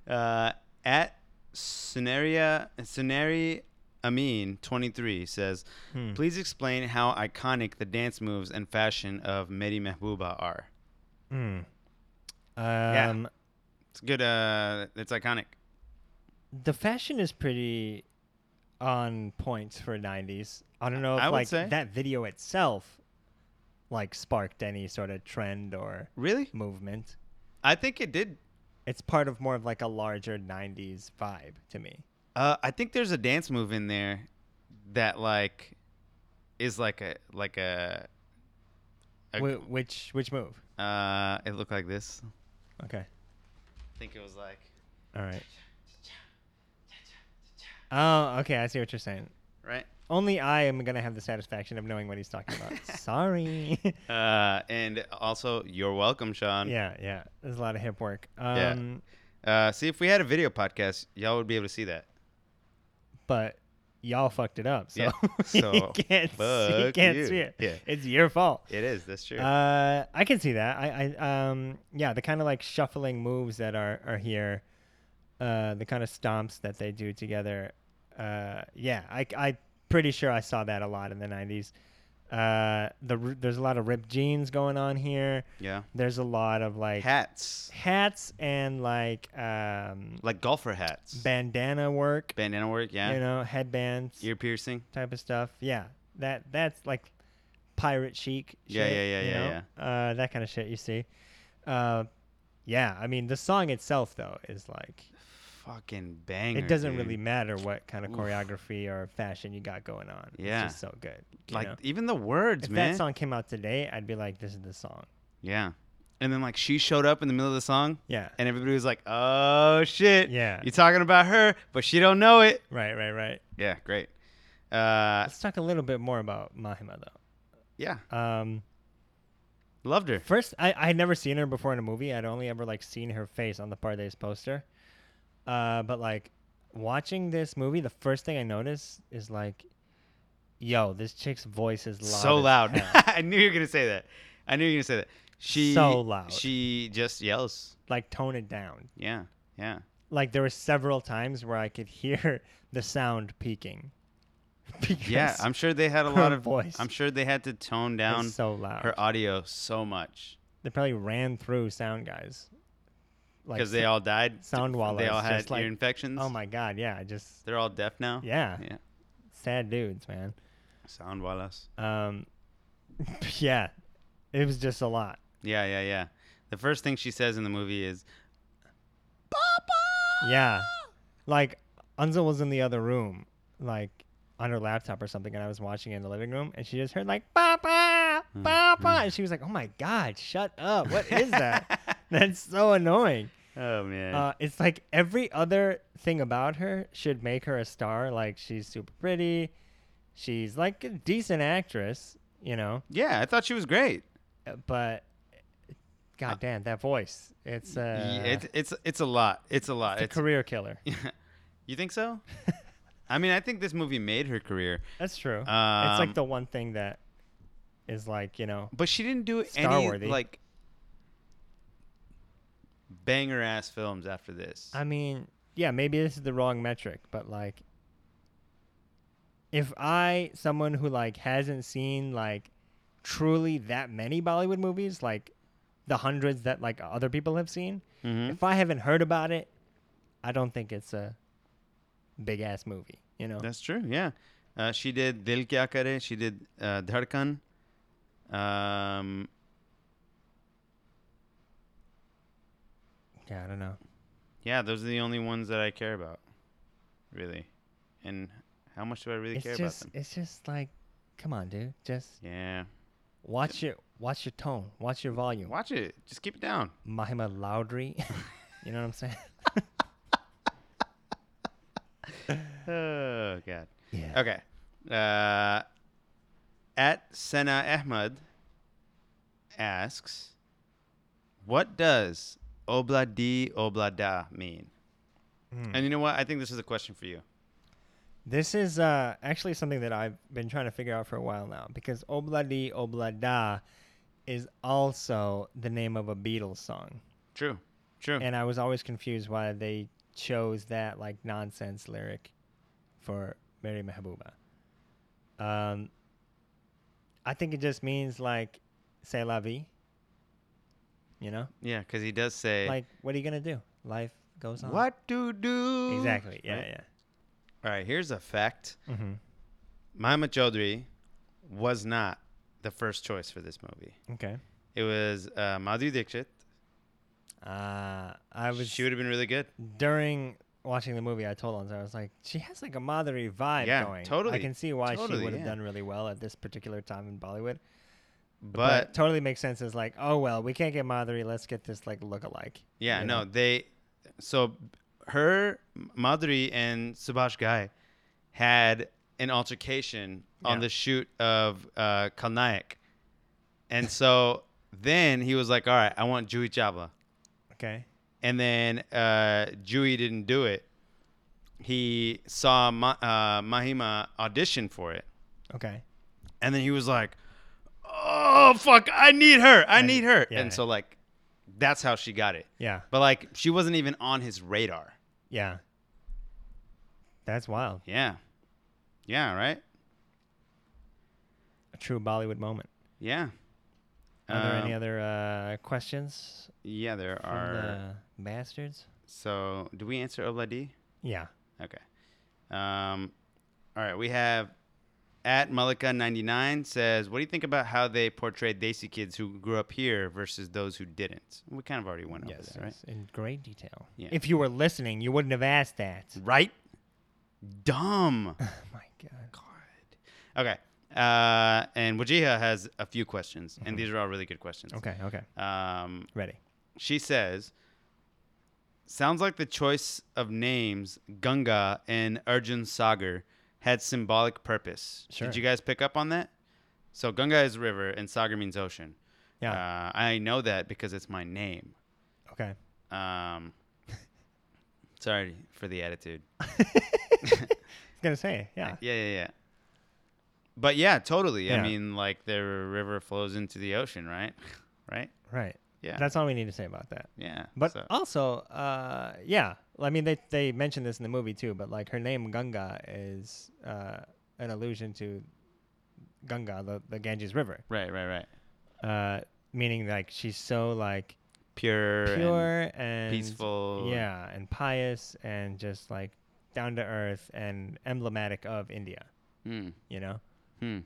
Speaker 2: Uh, at Sunaria Sunari Amin twenty three says,
Speaker 1: Hmm.
Speaker 2: please explain how iconic the dance moves and fashion of Mehdi Mehbooba are.
Speaker 1: um,
Speaker 2: It's good. Uh, it's iconic.
Speaker 1: The fashion is pretty on point for '90s. I don't know if
Speaker 2: I would
Speaker 1: like
Speaker 2: say.
Speaker 1: that video itself like sparked any sort of trend or
Speaker 2: Really?
Speaker 1: movement.
Speaker 2: I think it did
Speaker 1: It's part of more of like a larger '90s vibe to me.
Speaker 2: Uh, I think there's a dance move in there that like is like a like a. a-
Speaker 1: Wh- which which move?
Speaker 2: uh, it looked like this.
Speaker 1: Okay,
Speaker 2: I think it was like
Speaker 1: all right. Oh, okay. I see what you're saying.
Speaker 2: right.
Speaker 1: Only I am gonna have the satisfaction of knowing what he's talking about.
Speaker 2: <laughs>
Speaker 1: Sorry.
Speaker 2: Uh, and also, you're welcome,
Speaker 1: <laughs>
Speaker 2: Sean.
Speaker 1: yeah, yeah. There's a lot of hip work. Um
Speaker 2: Yeah. Uh, see, if we had a video podcast, y'all would be able to see that.
Speaker 1: but y'all fucked it up. So,
Speaker 2: Yeah, so
Speaker 1: <laughs> you can't, you
Speaker 2: fuck
Speaker 1: can't
Speaker 2: you.
Speaker 1: see it.
Speaker 2: Yeah.
Speaker 1: It's your fault.
Speaker 2: It is. That's true.
Speaker 1: Uh, I can see that. I, I um yeah, the kind of like shuffling moves that are are here, uh, the kind of stomps that they do together. Uh, yeah, I I pretty sure I saw that a lot in the '90s. Uh, the r- there's a lot of ripped jeans going on here.
Speaker 2: yeah.
Speaker 1: There's a lot of like
Speaker 2: Hats,
Speaker 1: hats and like um
Speaker 2: like golfer hats,
Speaker 1: bandana work,
Speaker 2: bandana work. Yeah.
Speaker 1: you know, headbands
Speaker 2: Ear piercing.
Speaker 1: type of stuff. Yeah, that that's like pirate chic.
Speaker 2: Yeah,
Speaker 1: shit,
Speaker 2: yeah, yeah,
Speaker 1: you
Speaker 2: yeah,
Speaker 1: know? Uh, that kind of shit you see. Uh, yeah, I mean the song itself though is like
Speaker 2: Fucking banger.
Speaker 1: it doesn't
Speaker 2: dude.
Speaker 1: really matter what kind of
Speaker 2: Oof. choreography
Speaker 1: choreography or fashion you got going on.
Speaker 2: Yeah.
Speaker 1: it's just so good. you
Speaker 2: like
Speaker 1: know?
Speaker 2: even the words,
Speaker 1: if
Speaker 2: man.
Speaker 1: that song came out today, I'd be like, this is the song.
Speaker 2: Yeah. And then like she showed up in the middle of the song.
Speaker 1: Yeah.
Speaker 2: And everybody was like, "Oh shit.
Speaker 1: Yeah.
Speaker 2: You talking about her, but she don't know it."
Speaker 1: Right, right, right.
Speaker 2: Yeah, great. Uh,
Speaker 1: Let's talk a little bit more about Mahima
Speaker 2: yeah,
Speaker 1: though. Um,
Speaker 2: loved her.
Speaker 1: First, I I had never seen her before in a movie. I'd only ever like seen her face on the Pardes poster. Uh, but like watching this movie, the first thing I noticed is like, yo, this chick's voice is loud.
Speaker 2: so
Speaker 1: as
Speaker 2: loud. <laughs>
Speaker 1: hell.
Speaker 2: I knew you were gonna say that. I knew you were gonna say that. She
Speaker 1: So loud.
Speaker 2: She just yells.
Speaker 1: like tone it down.
Speaker 2: Yeah,
Speaker 1: <laughs>
Speaker 2: yeah.
Speaker 1: Like there were several times where I could hear <laughs> the sound peaking. <laughs> Because
Speaker 2: Yeah, I'm sure they had a
Speaker 1: her
Speaker 2: lot of
Speaker 1: voice
Speaker 2: I'm sure they had to tone
Speaker 1: it's
Speaker 2: down
Speaker 1: so loud.
Speaker 2: her audio so much
Speaker 1: they probably ran through sound guys. Like
Speaker 2: because they
Speaker 1: so-
Speaker 2: all died.
Speaker 1: sound
Speaker 2: They
Speaker 1: wallets,
Speaker 2: all had
Speaker 1: just like-
Speaker 2: ear infections.
Speaker 1: Oh my god, yeah, just
Speaker 2: They're all deaf now.
Speaker 1: yeah,
Speaker 2: Yeah.
Speaker 1: sad dudes, man.
Speaker 2: Sound wallets.
Speaker 1: Um, yeah, it was just a lot.
Speaker 2: Yeah, yeah, yeah. The first thing she says in the movie is,
Speaker 1: Yeah, like Anza was in the other room, like on her laptop or something, and I was watching it in the living room, and she just heard like "papa, papa," and she was like, "Oh my god, shut up! What is that? That's so annoying."
Speaker 2: "Oh man,
Speaker 1: Uh, it's like every other thing about her should make her a star. Like she's super pretty, she's like a decent actress, you know.
Speaker 2: yeah, I thought she was great."
Speaker 1: but God damn that voice! It's uh,
Speaker 2: Yeah, it's it's it's a lot. It's a lot.
Speaker 1: it's a
Speaker 2: It's
Speaker 1: career killer.
Speaker 2: <laughs> you think so? I mean, I think this movie made her career,
Speaker 1: That's true. it's like
Speaker 2: Um,
Speaker 1: the one thing that is like you know
Speaker 2: but she didn't do any
Speaker 1: Star-worthy.
Speaker 2: like banger ass films after this.
Speaker 1: I mean, yeah, maybe this is the wrong metric, but like if I someone who like hasn't seen like truly that many Bollywood movies, like the hundreds that like other people have seen,
Speaker 2: Mhm.
Speaker 1: if I haven't heard about it, I don't think it's a big ass movie, you know.
Speaker 2: That's true. Yeah, uh, she did Dil Kya Kare. She did uh, Dhadkan. Um,
Speaker 1: yeah, I don't know.
Speaker 2: yeah, those are the only ones that I care about, really. And how much do I really care
Speaker 1: It's just
Speaker 2: about them?
Speaker 1: it's just like come on, dude. Just
Speaker 2: Yeah,
Speaker 1: watch your watch your tone, watch your volume.
Speaker 2: watch it. Just keep it down.
Speaker 1: Mahima Loudry.
Speaker 2: <laughs>
Speaker 1: you know what I'm saying?
Speaker 2: Oh God.
Speaker 1: Yeah.
Speaker 2: Okay. Uh, at Sena Ahmad asks, "What does obladi oblada mean?"
Speaker 1: Hmm.
Speaker 2: And you know what? I think this is a question for you.
Speaker 1: This is uh, actually something that I've been trying to figure out for a while now because Obladi Oblada is also the name of a Beatles song.
Speaker 2: True. True.
Speaker 1: And I was always confused why they chose that like nonsense lyric for Mary Mahabuba. Um, I think it just means like say la vie, you know?
Speaker 2: yeah, because he does say
Speaker 1: Like, what are you going to do? Life goes on.
Speaker 2: Eh. what to do.
Speaker 1: Exactly. Yeah,
Speaker 2: Right? Mm-hmm. All right. Here's a fact:
Speaker 1: yeah. hmm
Speaker 2: Mahmoud Chaudhry was not the first choice for this movie.
Speaker 1: Okay.
Speaker 2: It was uh, Madhu Dixit.
Speaker 1: Uh, I was.
Speaker 2: she would have been really good.
Speaker 1: during watching the movie, I told Lonzo, I was like, she has like a Madhuri vibe
Speaker 2: Yeah,
Speaker 1: going. I
Speaker 2: totally.
Speaker 1: can see why she
Speaker 2: Totally,
Speaker 1: would have
Speaker 2: yeah.
Speaker 1: done really well at this particular time in Bollywood.
Speaker 2: But,
Speaker 1: totally makes sense as like, oh well, we can't get Madhuri, let's get this like look-alike.
Speaker 2: yeah,
Speaker 1: you
Speaker 2: no,
Speaker 1: know?
Speaker 2: they. So her Madhuri and Subhash Ghai had an altercation on
Speaker 1: Yeah.
Speaker 2: the shoot of uh, Kalnayak, and so <laughs> then he was like, "All right, I want Jui Chawla."
Speaker 1: Okay.
Speaker 2: and then uh, Dewey didn't do it. He saw Ma- uh, Mahima audition for it,
Speaker 1: Okay.
Speaker 2: and then he was like, "Oh fuck, I need her! I need her!"
Speaker 1: yeah,
Speaker 2: and so like, that's how she got it.
Speaker 1: Yeah.
Speaker 2: But like, she wasn't even on his radar.
Speaker 1: Yeah. That's wild.
Speaker 2: Yeah, yeah, right.
Speaker 1: A true Bollywood moment.
Speaker 2: Yeah.
Speaker 1: Are there any
Speaker 2: Um,
Speaker 1: other uh, questions
Speaker 2: Yeah, there
Speaker 1: from
Speaker 2: are.
Speaker 1: the bastards?
Speaker 2: So, do we answer Obladi?
Speaker 1: Yeah.
Speaker 2: Okay. Um, all right. We have at Malika99 says, What do you think about how they portrayed Desi kids who grew up here versus those who didn't? We kind of already went over
Speaker 1: Yes,
Speaker 2: that, right?
Speaker 1: yes, in great detail.
Speaker 2: Yeah. Mm.
Speaker 1: If you were listening, you wouldn't have asked that.
Speaker 2: Right?
Speaker 1: <laughs>
Speaker 2: Dumb.
Speaker 1: Oh <laughs> my god.
Speaker 2: God. Okay. Uh, and Wajiha has a few questions, and these are all really good questions.
Speaker 1: Okay, Mm-hmm. okay.
Speaker 2: Um,
Speaker 1: Ready.
Speaker 2: she says, Sounds like the choice of names, Ganga and Arjun Sagar, had symbolic purpose.
Speaker 1: Sure.
Speaker 2: Did you guys pick up on that? So Ganga is river and Sagar means ocean.
Speaker 1: Yeah.
Speaker 2: Uh, I know that because it's my name.
Speaker 1: okay.
Speaker 2: Um, <laughs> sorry for the attitude.
Speaker 1: I was gonna say, yeah.
Speaker 2: Yeah, yeah, yeah. But yeah, totally. I
Speaker 1: Yeah.
Speaker 2: mean, like the river flows into the ocean, right? <laughs> right?
Speaker 1: Right.
Speaker 2: Yeah.
Speaker 1: That's all we need to say about that.
Speaker 2: yeah.
Speaker 1: But
Speaker 2: so-
Speaker 1: also, uh, yeah. I mean, they they mentioned this in the movie too. But like her name Ganga is uh, an allusion to Ganga, the, the Ganges River,
Speaker 2: right, right, right.
Speaker 1: uh, meaning like she's so like
Speaker 2: Pure. and-
Speaker 1: pure and
Speaker 2: peaceful.
Speaker 1: Yeah, and pious and just like down to earth and emblematic of India.
Speaker 2: Hmm.
Speaker 1: You know.
Speaker 2: Hmm.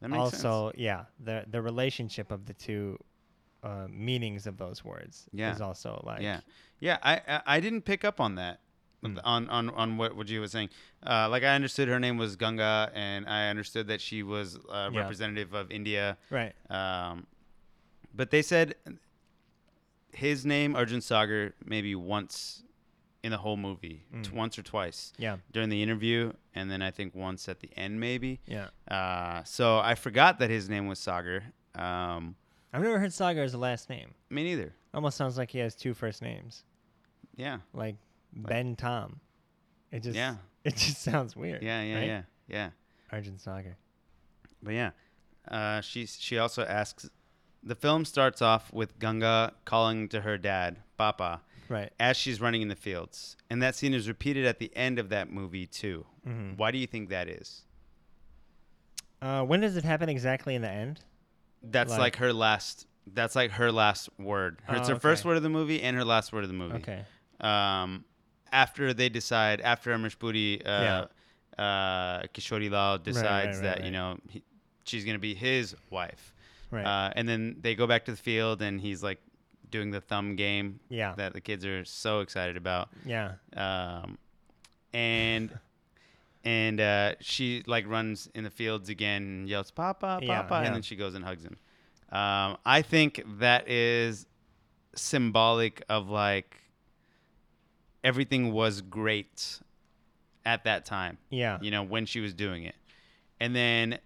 Speaker 2: That makes sense.
Speaker 1: also, yeah, the the relationship of the two uh, meanings of those words
Speaker 2: Yeah.
Speaker 1: is also like Hmm.
Speaker 2: Yeah, yeah. I I, I didn't pick up on that. On, on on what what you was saying, uh, like I understood her name was Ganga, and I understood that she was a
Speaker 1: Yeah.
Speaker 2: representative of India.
Speaker 1: right.
Speaker 2: Um, but they said his name Arjun Sagar maybe once in the whole movie,
Speaker 1: Hmm.
Speaker 2: t- once or twice
Speaker 1: Yeah,
Speaker 2: during the interview, and then I think once at the end maybe.
Speaker 1: yeah,
Speaker 2: Uh, so I forgot that his name was Sagar. Um,
Speaker 1: I've never heard Sagar as a last name.
Speaker 2: Me neither.
Speaker 1: Almost sounds like he has two first names,
Speaker 2: Yeah.
Speaker 1: like Ben Tom. It just
Speaker 2: Yeah.
Speaker 1: <laughs> it just sounds weird.
Speaker 2: Yeah, yeah,
Speaker 1: right?
Speaker 2: yeah. Yeah.
Speaker 1: Arjun Sagar.
Speaker 2: But yeah, uh, she she also asks. The film starts off with Ganga calling to her dad, Papa,
Speaker 1: Right.
Speaker 2: as she's running in the fields, and that scene is repeated at the end of that movie too.
Speaker 1: Mm-hmm.
Speaker 2: Why do you think that is?
Speaker 1: Uh, when does it happen exactly in the end?
Speaker 2: That's like,
Speaker 1: Like-
Speaker 2: her last. That's like her last word. Her- it's
Speaker 1: Oh,
Speaker 2: her first
Speaker 1: okay.
Speaker 2: word of the movie and her last word of the movie.
Speaker 1: Okay.
Speaker 2: Um, after they decide, after Amrish Puri, uh, uh, Kishori Lal decides
Speaker 1: right,
Speaker 2: that you
Speaker 1: right.
Speaker 2: know he, she's gonna be his wife.
Speaker 1: Right.
Speaker 2: Uh, and then they go back to the field, and he's like doing the thumb game
Speaker 1: Yeah.
Speaker 2: that the kids are so excited about.
Speaker 1: yeah.
Speaker 2: Um, and and uh, she like runs in the fields again, and yells "Papa, Papa,"
Speaker 1: Yeah, yeah.
Speaker 2: and then she goes and hugs him. Um, I think that is symbolic of like everything was great at that time
Speaker 1: Yeah.
Speaker 2: you know, when she was doing it. And then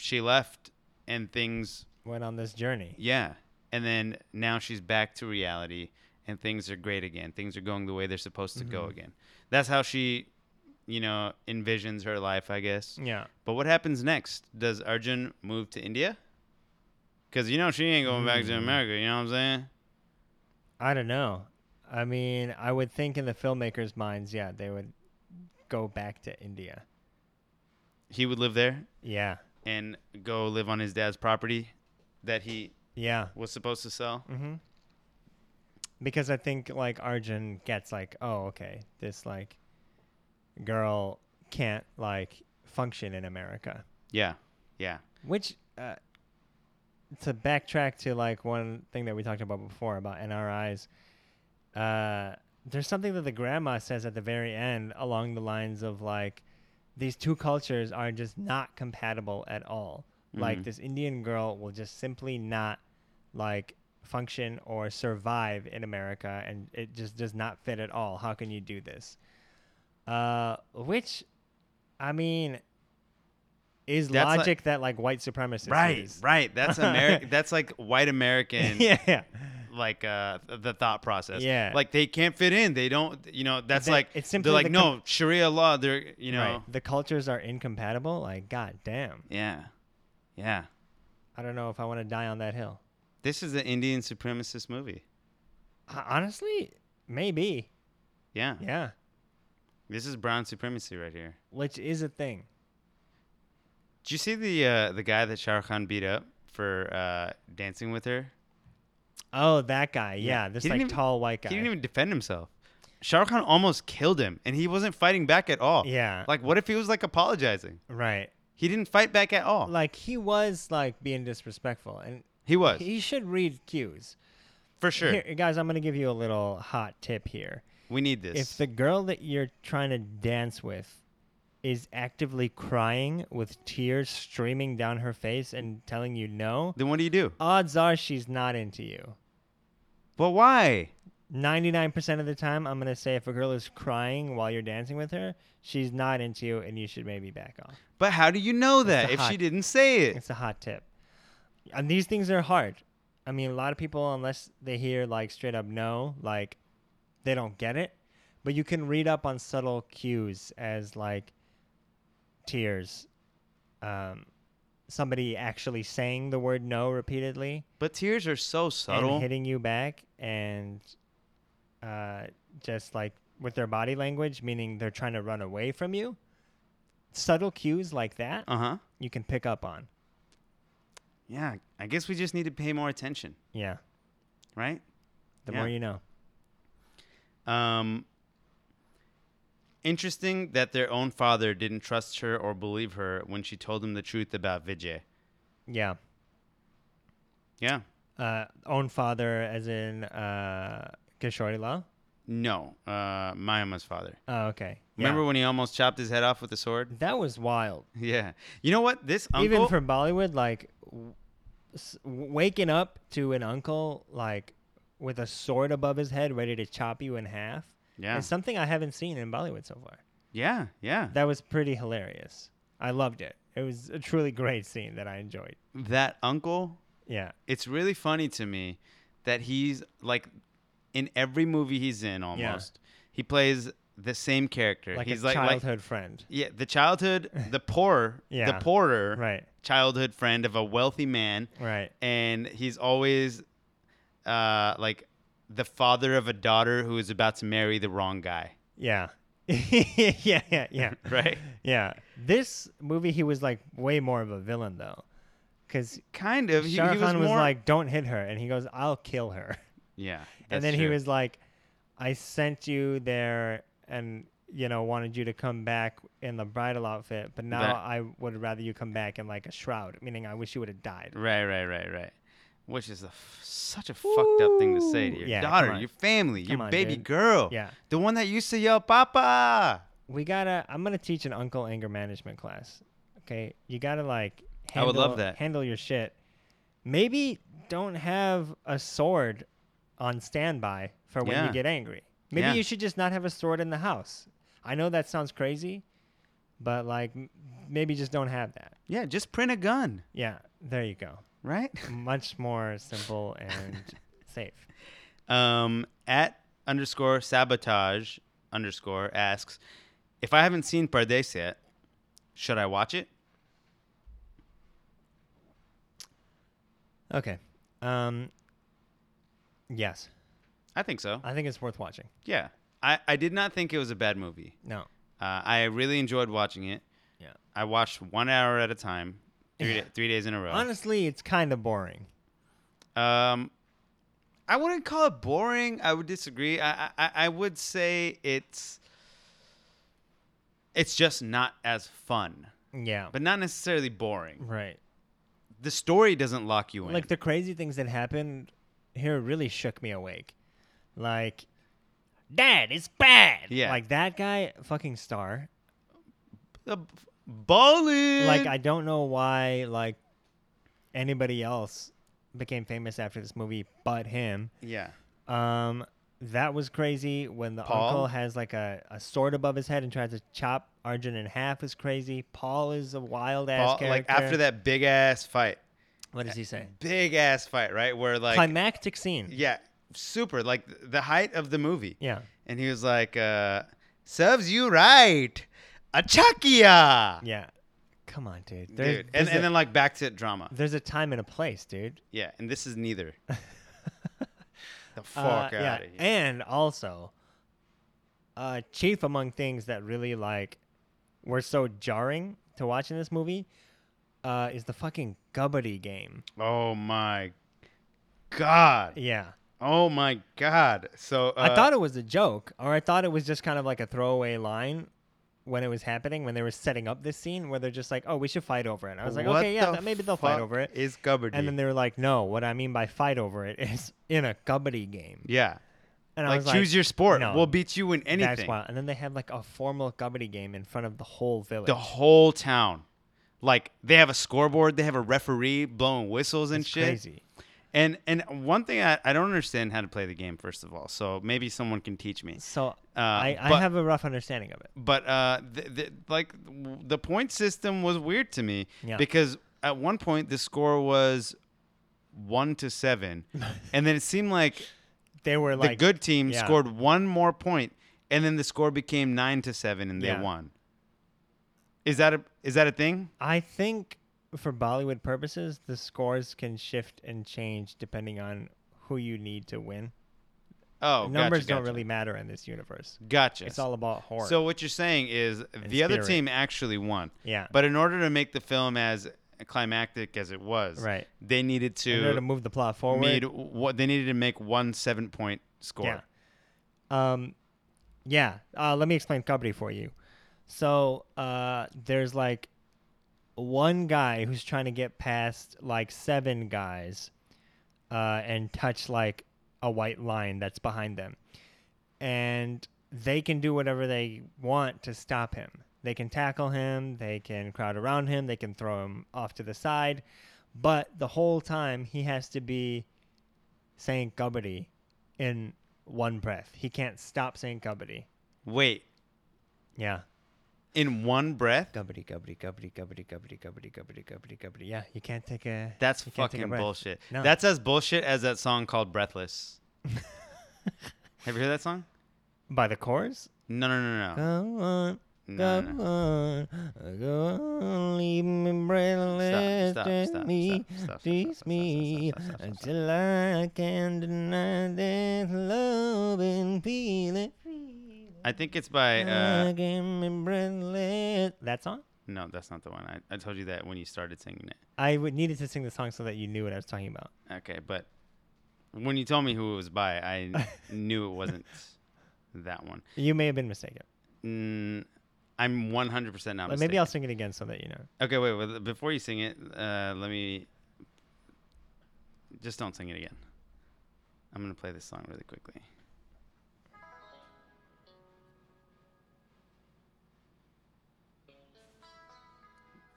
Speaker 2: she left and things,
Speaker 1: Went on this journey.
Speaker 2: yeah. And then now she's back to reality and things are great again. Things are going the way they're supposed to
Speaker 1: Mm-hmm.
Speaker 2: go again. That's how she, you know, envisions her life, I guess.
Speaker 1: Yeah.
Speaker 2: But what happens next? Does Arjun move to India? Because, you know, she ain't going back
Speaker 1: Mm.
Speaker 2: to America, you know what I'm saying?
Speaker 1: I don't know. I mean, I would think in the filmmakers' minds, yeah, they would go back to India.
Speaker 2: He would live there
Speaker 1: Yeah.
Speaker 2: and go live on his dad's property that he
Speaker 1: Yeah.
Speaker 2: was supposed to sell.
Speaker 1: Mm-hmm. Because I think like Arjun gets like, oh, okay, this like girl can't like function in America.
Speaker 2: Yeah. Yeah.
Speaker 1: Which uh, to backtrack to like one thing that we talked about before about NRIs, uh, there's something that the grandma says at the very end along the lines of like these two cultures are just not compatible at all.
Speaker 2: Mm-hmm.
Speaker 1: Like this Indian girl will just simply not like function or survive in America and it just does not fit at all. How can you do this? Uh, which I mean is
Speaker 2: That's like-
Speaker 1: logic that like white supremacists
Speaker 2: right
Speaker 1: use.
Speaker 2: right
Speaker 1: <laughs>
Speaker 2: that's american that's like white <laughs> american
Speaker 1: yeah
Speaker 2: like uh the thought process
Speaker 1: Yeah.
Speaker 2: like they can't fit in they don't you know that's
Speaker 1: They-
Speaker 2: like
Speaker 1: it's
Speaker 2: they're
Speaker 1: simply
Speaker 2: like
Speaker 1: the
Speaker 2: no
Speaker 1: com-
Speaker 2: sharia law they're you know
Speaker 1: right the cultures are incompatible like god damn
Speaker 2: yeah yeah
Speaker 1: i don't know if i want to die on that hill
Speaker 2: this is an indian supremacist movie
Speaker 1: Ho- honestly maybe
Speaker 2: yeah.
Speaker 1: yeah
Speaker 2: this is brown supremacy right here
Speaker 1: which is a thing
Speaker 2: did you see the uh the guy that shah Rukh khan beat up for uh dancing with her
Speaker 1: oh that guy yeah, this
Speaker 2: He
Speaker 1: like
Speaker 2: didn't even-
Speaker 1: tall white guy
Speaker 2: he didn't even defend himself shah Rukh khan almost killed him and he wasn't fighting back at all
Speaker 1: Yeah.
Speaker 2: like what if he was like apologizing
Speaker 1: right
Speaker 2: he didn't fight back at all
Speaker 1: like he was like being disrespectful and
Speaker 2: he was
Speaker 1: he should read cues
Speaker 2: for sure
Speaker 1: Here, guys i'm gonna give you a little hot tip here
Speaker 2: We need this.
Speaker 1: if the girl that you're trying to dance with is actively crying with tears streaming down her face and telling you no,
Speaker 2: then what do you do?
Speaker 1: odds are she's not into you.
Speaker 2: But why?
Speaker 1: 99% of the time, I'm going to say if a girl is crying while you're dancing with her, she's not into you and you should maybe back off.
Speaker 2: But how do you know that
Speaker 1: a
Speaker 2: if she
Speaker 1: hot-
Speaker 2: didn't say it?
Speaker 1: It's a hot tip. And these things are hard. I mean, a lot of people, unless they hear like straight up no, like they don't get it. But you can read up on subtle cues as like tears, um, somebody actually saying the word no repeatedly
Speaker 2: But tears are so subtle.
Speaker 1: and hitting you back, and uh, just like with their body language, meaning they're trying to run away from you. Subtle cues like that
Speaker 2: Uh huh.
Speaker 1: you can pick up on.
Speaker 2: Yeah. I guess we just need to pay more attention,
Speaker 1: Yeah.
Speaker 2: right?
Speaker 1: The
Speaker 2: Yeah.
Speaker 1: more you know.
Speaker 2: Um. Interesting that their own father didn't trust her or believe her when she told him the truth about Vijay.
Speaker 1: Yeah.
Speaker 2: Yeah.
Speaker 1: Uh, own father, as in uh, Kishori Lal.
Speaker 2: No. Uh, Mayama's father.
Speaker 1: Oh, okay. Yeah.
Speaker 2: Remember when he almost chopped his head off with a sword? <laughs>
Speaker 1: that was wild.
Speaker 2: Yeah. You know what? This uncle.
Speaker 1: Even from Bollywood, like w- s- waking up to an uncle like with a sword above his head, ready to chop you in half.
Speaker 2: Yeah.
Speaker 1: It's something I haven't seen in Bollywood so far.
Speaker 2: yeah. Yeah.
Speaker 1: That was pretty hilarious. I loved it. It was a truly great scene that I enjoyed.
Speaker 2: that uncle
Speaker 1: Yeah.
Speaker 2: it's really funny to me that he's like in every movie he's in almost he plays the same character
Speaker 1: Like
Speaker 2: he's
Speaker 1: a childhood
Speaker 2: <laughs>
Speaker 1: friend.
Speaker 2: yeah the childhood the poor the
Speaker 1: Yeah,
Speaker 2: poorer
Speaker 1: Right.
Speaker 2: childhood friend of a wealthy man
Speaker 1: Right.
Speaker 2: and he's always uh like the father of a daughter who is about to marry the
Speaker 1: <laughs>
Speaker 2: wrong guy
Speaker 1: Yeah. yeah. Yeah. Yeah.
Speaker 2: right
Speaker 1: Yeah. This movie, he was like way more of a villain though, because
Speaker 2: kind of he, he
Speaker 1: Shah
Speaker 2: was,
Speaker 1: Khan was,
Speaker 2: more-
Speaker 1: like, "Don't hit her," and he goes, "I'll kill her."
Speaker 2: yeah
Speaker 1: and
Speaker 2: that's
Speaker 1: then he
Speaker 2: true.
Speaker 1: was like, "I sent you there, and you know wanted you to come back in the bridal outfit, but now
Speaker 2: That-
Speaker 1: I would rather you come back in like a shroud, meaning I wish you would have died."
Speaker 2: Right, right, right, right. Which is a f- such a fucked up thing to say to your
Speaker 1: Yeah, come
Speaker 2: daughter,
Speaker 1: on.
Speaker 2: your family,
Speaker 1: Come
Speaker 2: your
Speaker 1: on,
Speaker 2: baby
Speaker 1: dude.
Speaker 2: girl.
Speaker 1: Yeah.
Speaker 2: The one that used to yell, Papa.
Speaker 1: We gotta. I'm gonna teach an uncle anger management class. Okay, you gotta like.
Speaker 2: I would love that.
Speaker 1: Handle your shit. Maybe don't have a sword on standby for when
Speaker 2: Yeah.
Speaker 1: you get angry. Maybe
Speaker 2: Yeah.
Speaker 1: you should just not have a sword in the house. I know that sounds crazy, but like m- maybe just don't have that.
Speaker 2: Yeah, just print a gun,
Speaker 1: Yeah, there you go.
Speaker 2: right? <laughs>
Speaker 1: Much more simple <laughs> and safe.
Speaker 2: Um, at underscore sabotage underscore asks, if I haven't seen Pardes yet, should I watch it?
Speaker 1: Okay. Um yes.
Speaker 2: I think so.
Speaker 1: I think it's worth watching.
Speaker 2: Yeah. I, I did not think it was a bad movie.
Speaker 1: No.
Speaker 2: Uh, I really enjoyed watching it.
Speaker 1: Yeah.
Speaker 2: I watched one hour at a time, three, da- three days in a row.
Speaker 1: Honestly, it's kind of boring.
Speaker 2: Um, I wouldn't call it boring. I would disagree. I, I- I I would say it's it's just not as fun,
Speaker 1: Yeah.
Speaker 2: but not necessarily boring.
Speaker 1: right.
Speaker 2: The story doesn't lock you in.
Speaker 1: Like the crazy things that happened here really shook me awake. Like Dad, it's bad.
Speaker 2: Yeah.
Speaker 1: Like that guy fucking star.
Speaker 2: the b- ballin'.
Speaker 1: Like I don't know why like anybody else became famous after this movie but him.
Speaker 2: yeah.
Speaker 1: Um, that was crazy. When the
Speaker 2: Paul?
Speaker 1: uncle has like a, a sword above his head and tries to chop Arjun in half is crazy. Paul is a wild ass
Speaker 2: Ball,
Speaker 1: character.
Speaker 2: like after that big ass fight,
Speaker 1: what does he say?
Speaker 2: big ass fight, right? Where like
Speaker 1: Climactic scene. Yeah.
Speaker 2: yeah, super like th- the height of the movie.
Speaker 1: yeah,
Speaker 2: And he was like, uh, "Serves you right, Achakia."
Speaker 1: Come on, dude. There-
Speaker 2: dude. And,
Speaker 1: there's
Speaker 2: and
Speaker 1: a-
Speaker 2: then like back to drama.
Speaker 1: there's a time and a place, dude.
Speaker 2: Yeah, and this
Speaker 1: <laughs>
Speaker 2: is neither. the
Speaker 1: Uh,
Speaker 2: fuck out
Speaker 1: yeah,
Speaker 2: of here.
Speaker 1: And also, uh, chief among things that really like were so jarring to watch in this movie uh, is the fucking gubbity game.
Speaker 2: oh my god.
Speaker 1: Yeah.
Speaker 2: Oh my god. So uh,
Speaker 1: I thought it was a joke, or I thought it was just kind of like a throwaway line when it was happening, when they were setting up this scene where they're just like, "Oh, we should fight over it." And I was like,
Speaker 2: what
Speaker 1: "Okay, yeah,
Speaker 2: the
Speaker 1: that- maybe they'll fight
Speaker 2: fuck
Speaker 1: over it."
Speaker 2: Is Gubbard?
Speaker 1: And then they were like, "No, what I mean by fight over it <laughs> is in a gubbity game."
Speaker 2: yeah,
Speaker 1: And I
Speaker 2: like
Speaker 1: was
Speaker 2: choose your sport.
Speaker 1: no,
Speaker 2: we'll beat you in anything.
Speaker 1: That's wild. And then they had like a formal gubbity game in front of the whole village.
Speaker 2: The whole town. Like they have a scoreboard, they have a referee blowing whistles and
Speaker 1: It's
Speaker 2: shit.
Speaker 1: crazy.
Speaker 2: And and one thing I, I don't understand how to play the game first of all. So maybe someone can teach me.
Speaker 1: So I, I
Speaker 2: Uh, but-
Speaker 1: have a rough understanding of it.
Speaker 2: but uh, the, the, like the point system was weird to me
Speaker 1: Yeah.
Speaker 2: because at one point the score was one to
Speaker 1: <laughs>
Speaker 2: seven, and then it seemed like,
Speaker 1: They were like
Speaker 2: the good team
Speaker 1: yeah.
Speaker 2: scored one more point, and then the score became nine to seven, and they
Speaker 1: Yeah.
Speaker 2: won. Is that a is that a thing?
Speaker 1: I think for Bollywood purposes, the scores can shift and change depending on who you need to win.
Speaker 2: Oh,
Speaker 1: Numbers
Speaker 2: gotcha,
Speaker 1: don't
Speaker 2: gotcha.
Speaker 1: really matter in this universe.
Speaker 2: Gotcha.
Speaker 1: It's all about horror.
Speaker 2: so what you're saying is the other
Speaker 1: spirit.
Speaker 2: team actually won.
Speaker 1: yeah,
Speaker 2: But in order to make the film as climactic as it was,
Speaker 1: Right.
Speaker 2: they needed to
Speaker 1: in order to move the plot forward,
Speaker 2: made what they needed to make one seven point score.
Speaker 1: yeah, um, yeah. Uh, let me explain Kabaddi for you. So uh, there's like one guy who's trying to get past like seven guys uh, and touch like a white line that's behind them. And they can do whatever they want to stop him. They can tackle him, they can crowd around him, they can throw him off to the side. But the whole time he has to be saying Kabaddi in one breath. He can't stop saying Kabaddi.
Speaker 2: Wait,
Speaker 1: Yeah.
Speaker 2: in one breath.
Speaker 1: Gubbity, gubbity, gubbity, gubbity, gubbity, gubbity, gubbity, gubbity, gubbity. Yeah, you can't take a.
Speaker 2: That's
Speaker 1: you can't take a
Speaker 2: fucking
Speaker 1: breath.
Speaker 2: bullshit.
Speaker 1: No.
Speaker 2: That's as bullshit as that song
Speaker 1: <laughs>
Speaker 2: called Breathless. Have you heard that song?
Speaker 1: by the chorus.
Speaker 2: No, no, no, no.
Speaker 1: Come on,
Speaker 2: No, no,
Speaker 1: come
Speaker 2: no.
Speaker 1: on, go on, leave me breathless.
Speaker 2: stop,
Speaker 1: let
Speaker 2: stop,
Speaker 1: me
Speaker 2: stop, stop, stop, stop,
Speaker 1: tease
Speaker 2: stop,
Speaker 1: me
Speaker 2: stop, stop, stop, stop,
Speaker 1: until I can deny this love and feel it.
Speaker 2: I think it's by. Uh,
Speaker 1: Again, me breathless. That song.
Speaker 2: no, that's not the one. I, I told you that when you started singing it.
Speaker 1: I would needed to sing the song so that you knew what I was talking about.
Speaker 2: Okay, but when you told me who it was
Speaker 1: <laughs>
Speaker 2: by, I knew it wasn't that one.
Speaker 1: You may have been mistaken.
Speaker 2: Mm, I'm 100% not
Speaker 1: But maybe I'll
Speaker 2: mistaken.
Speaker 1: sing it again so that you know.
Speaker 2: Okay, wait, wait. Before you sing it, uh, let me. Just don't sing it again. I'm gonna play this song really quickly.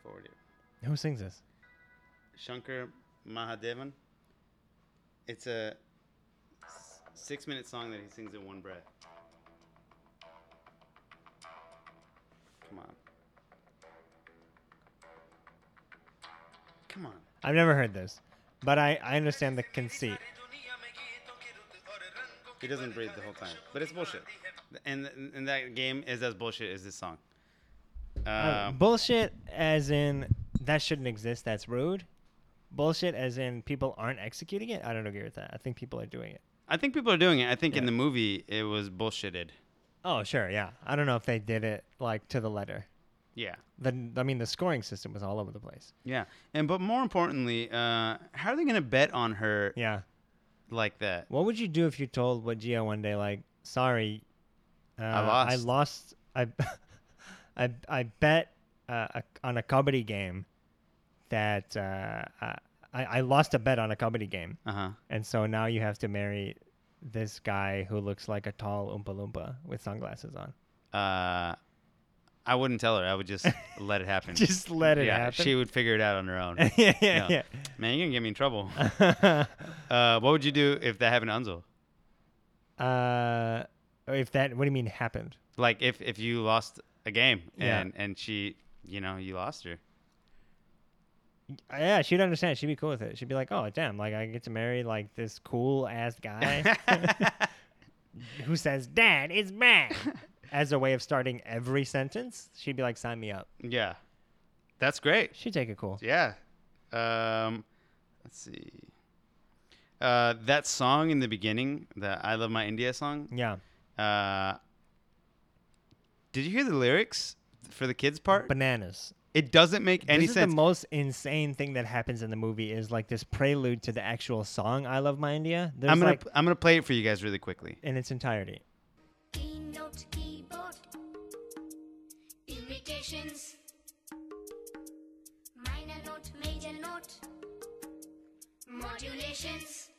Speaker 2: Forward it.
Speaker 1: Who sings this?
Speaker 2: Shankar Mahadevan. It's a six-minute song that he sings in one breath. Come on. Come on.
Speaker 1: I've never heard this, but I, I understand the conceit.
Speaker 2: He doesn't breathe the whole time, but it's bullshit. And and that game is as bullshit as this song.
Speaker 1: Uh,
Speaker 2: Uh,
Speaker 1: bullshit, as in that shouldn't exist. That's rude. Bullshit, as in people aren't executing it. I don't agree with that. I think people are doing it.
Speaker 2: I think people are doing it. I think in
Speaker 1: Yeah.
Speaker 2: the movie it was bullshitted.
Speaker 1: Oh sure, yeah. I don't know if they did it like to the letter.
Speaker 2: Yeah.
Speaker 1: The I mean, the scoring system was all over the place.
Speaker 2: Yeah. And but more importantly, uh, how are they gonna bet on her
Speaker 1: Yeah.
Speaker 2: like that?
Speaker 1: What would you do if you told Wajia one day, like, sorry, uh, I lost. I, <laughs> I, I bet uh, a, on a comedy game that uh, I, I lost a bet on a comedy game,
Speaker 2: Uh huh.
Speaker 1: and so now you have to marry this guy who looks like a tall Oompa Loompa with sunglasses on. <laughs>
Speaker 2: Uh, I wouldn't tell her. I would just let it happen.
Speaker 1: Just let it
Speaker 2: yeah,
Speaker 1: happen.
Speaker 2: She would figure it out on her
Speaker 1: <laughs>
Speaker 2: own.
Speaker 1: yeah, yeah,
Speaker 2: Yeah. Man, you're gonna get me in trouble. uh, what would you do if that happened to Unzel?
Speaker 1: yeah. <laughs> uh, if that, what do you mean happened?
Speaker 2: Like if if you lost a game
Speaker 1: Yeah.
Speaker 2: and and she, you know, you lost her.
Speaker 1: Uh, Yeah, she'd understand. She'd be cool with it. She'd be like, "Oh, damn! Like I get to marry like this cool ass
Speaker 2: <laughs>
Speaker 1: guy who says dad is
Speaker 2: <laughs>
Speaker 1: bad." As a way of starting every sentence, she'd be like, "Sign me up."
Speaker 2: yeah, that's great.
Speaker 1: She'd take it cool.
Speaker 2: Yeah. Um, let's see. Uh, that song in the beginning, the "I Love My India" song.
Speaker 1: Yeah,
Speaker 2: Uh, did you hear the lyrics for the kids part?
Speaker 1: bananas.
Speaker 2: it doesn't make any
Speaker 1: this
Speaker 2: sense.
Speaker 1: is the most insane thing that happens in the movie is like this prelude to the actual song "I Love My India." There's
Speaker 2: I'm gonna
Speaker 1: like
Speaker 2: I'm gonna play it for you guys really quickly.
Speaker 1: in its entirety.
Speaker 4: Keynote keyboard imitations minor note major note modulations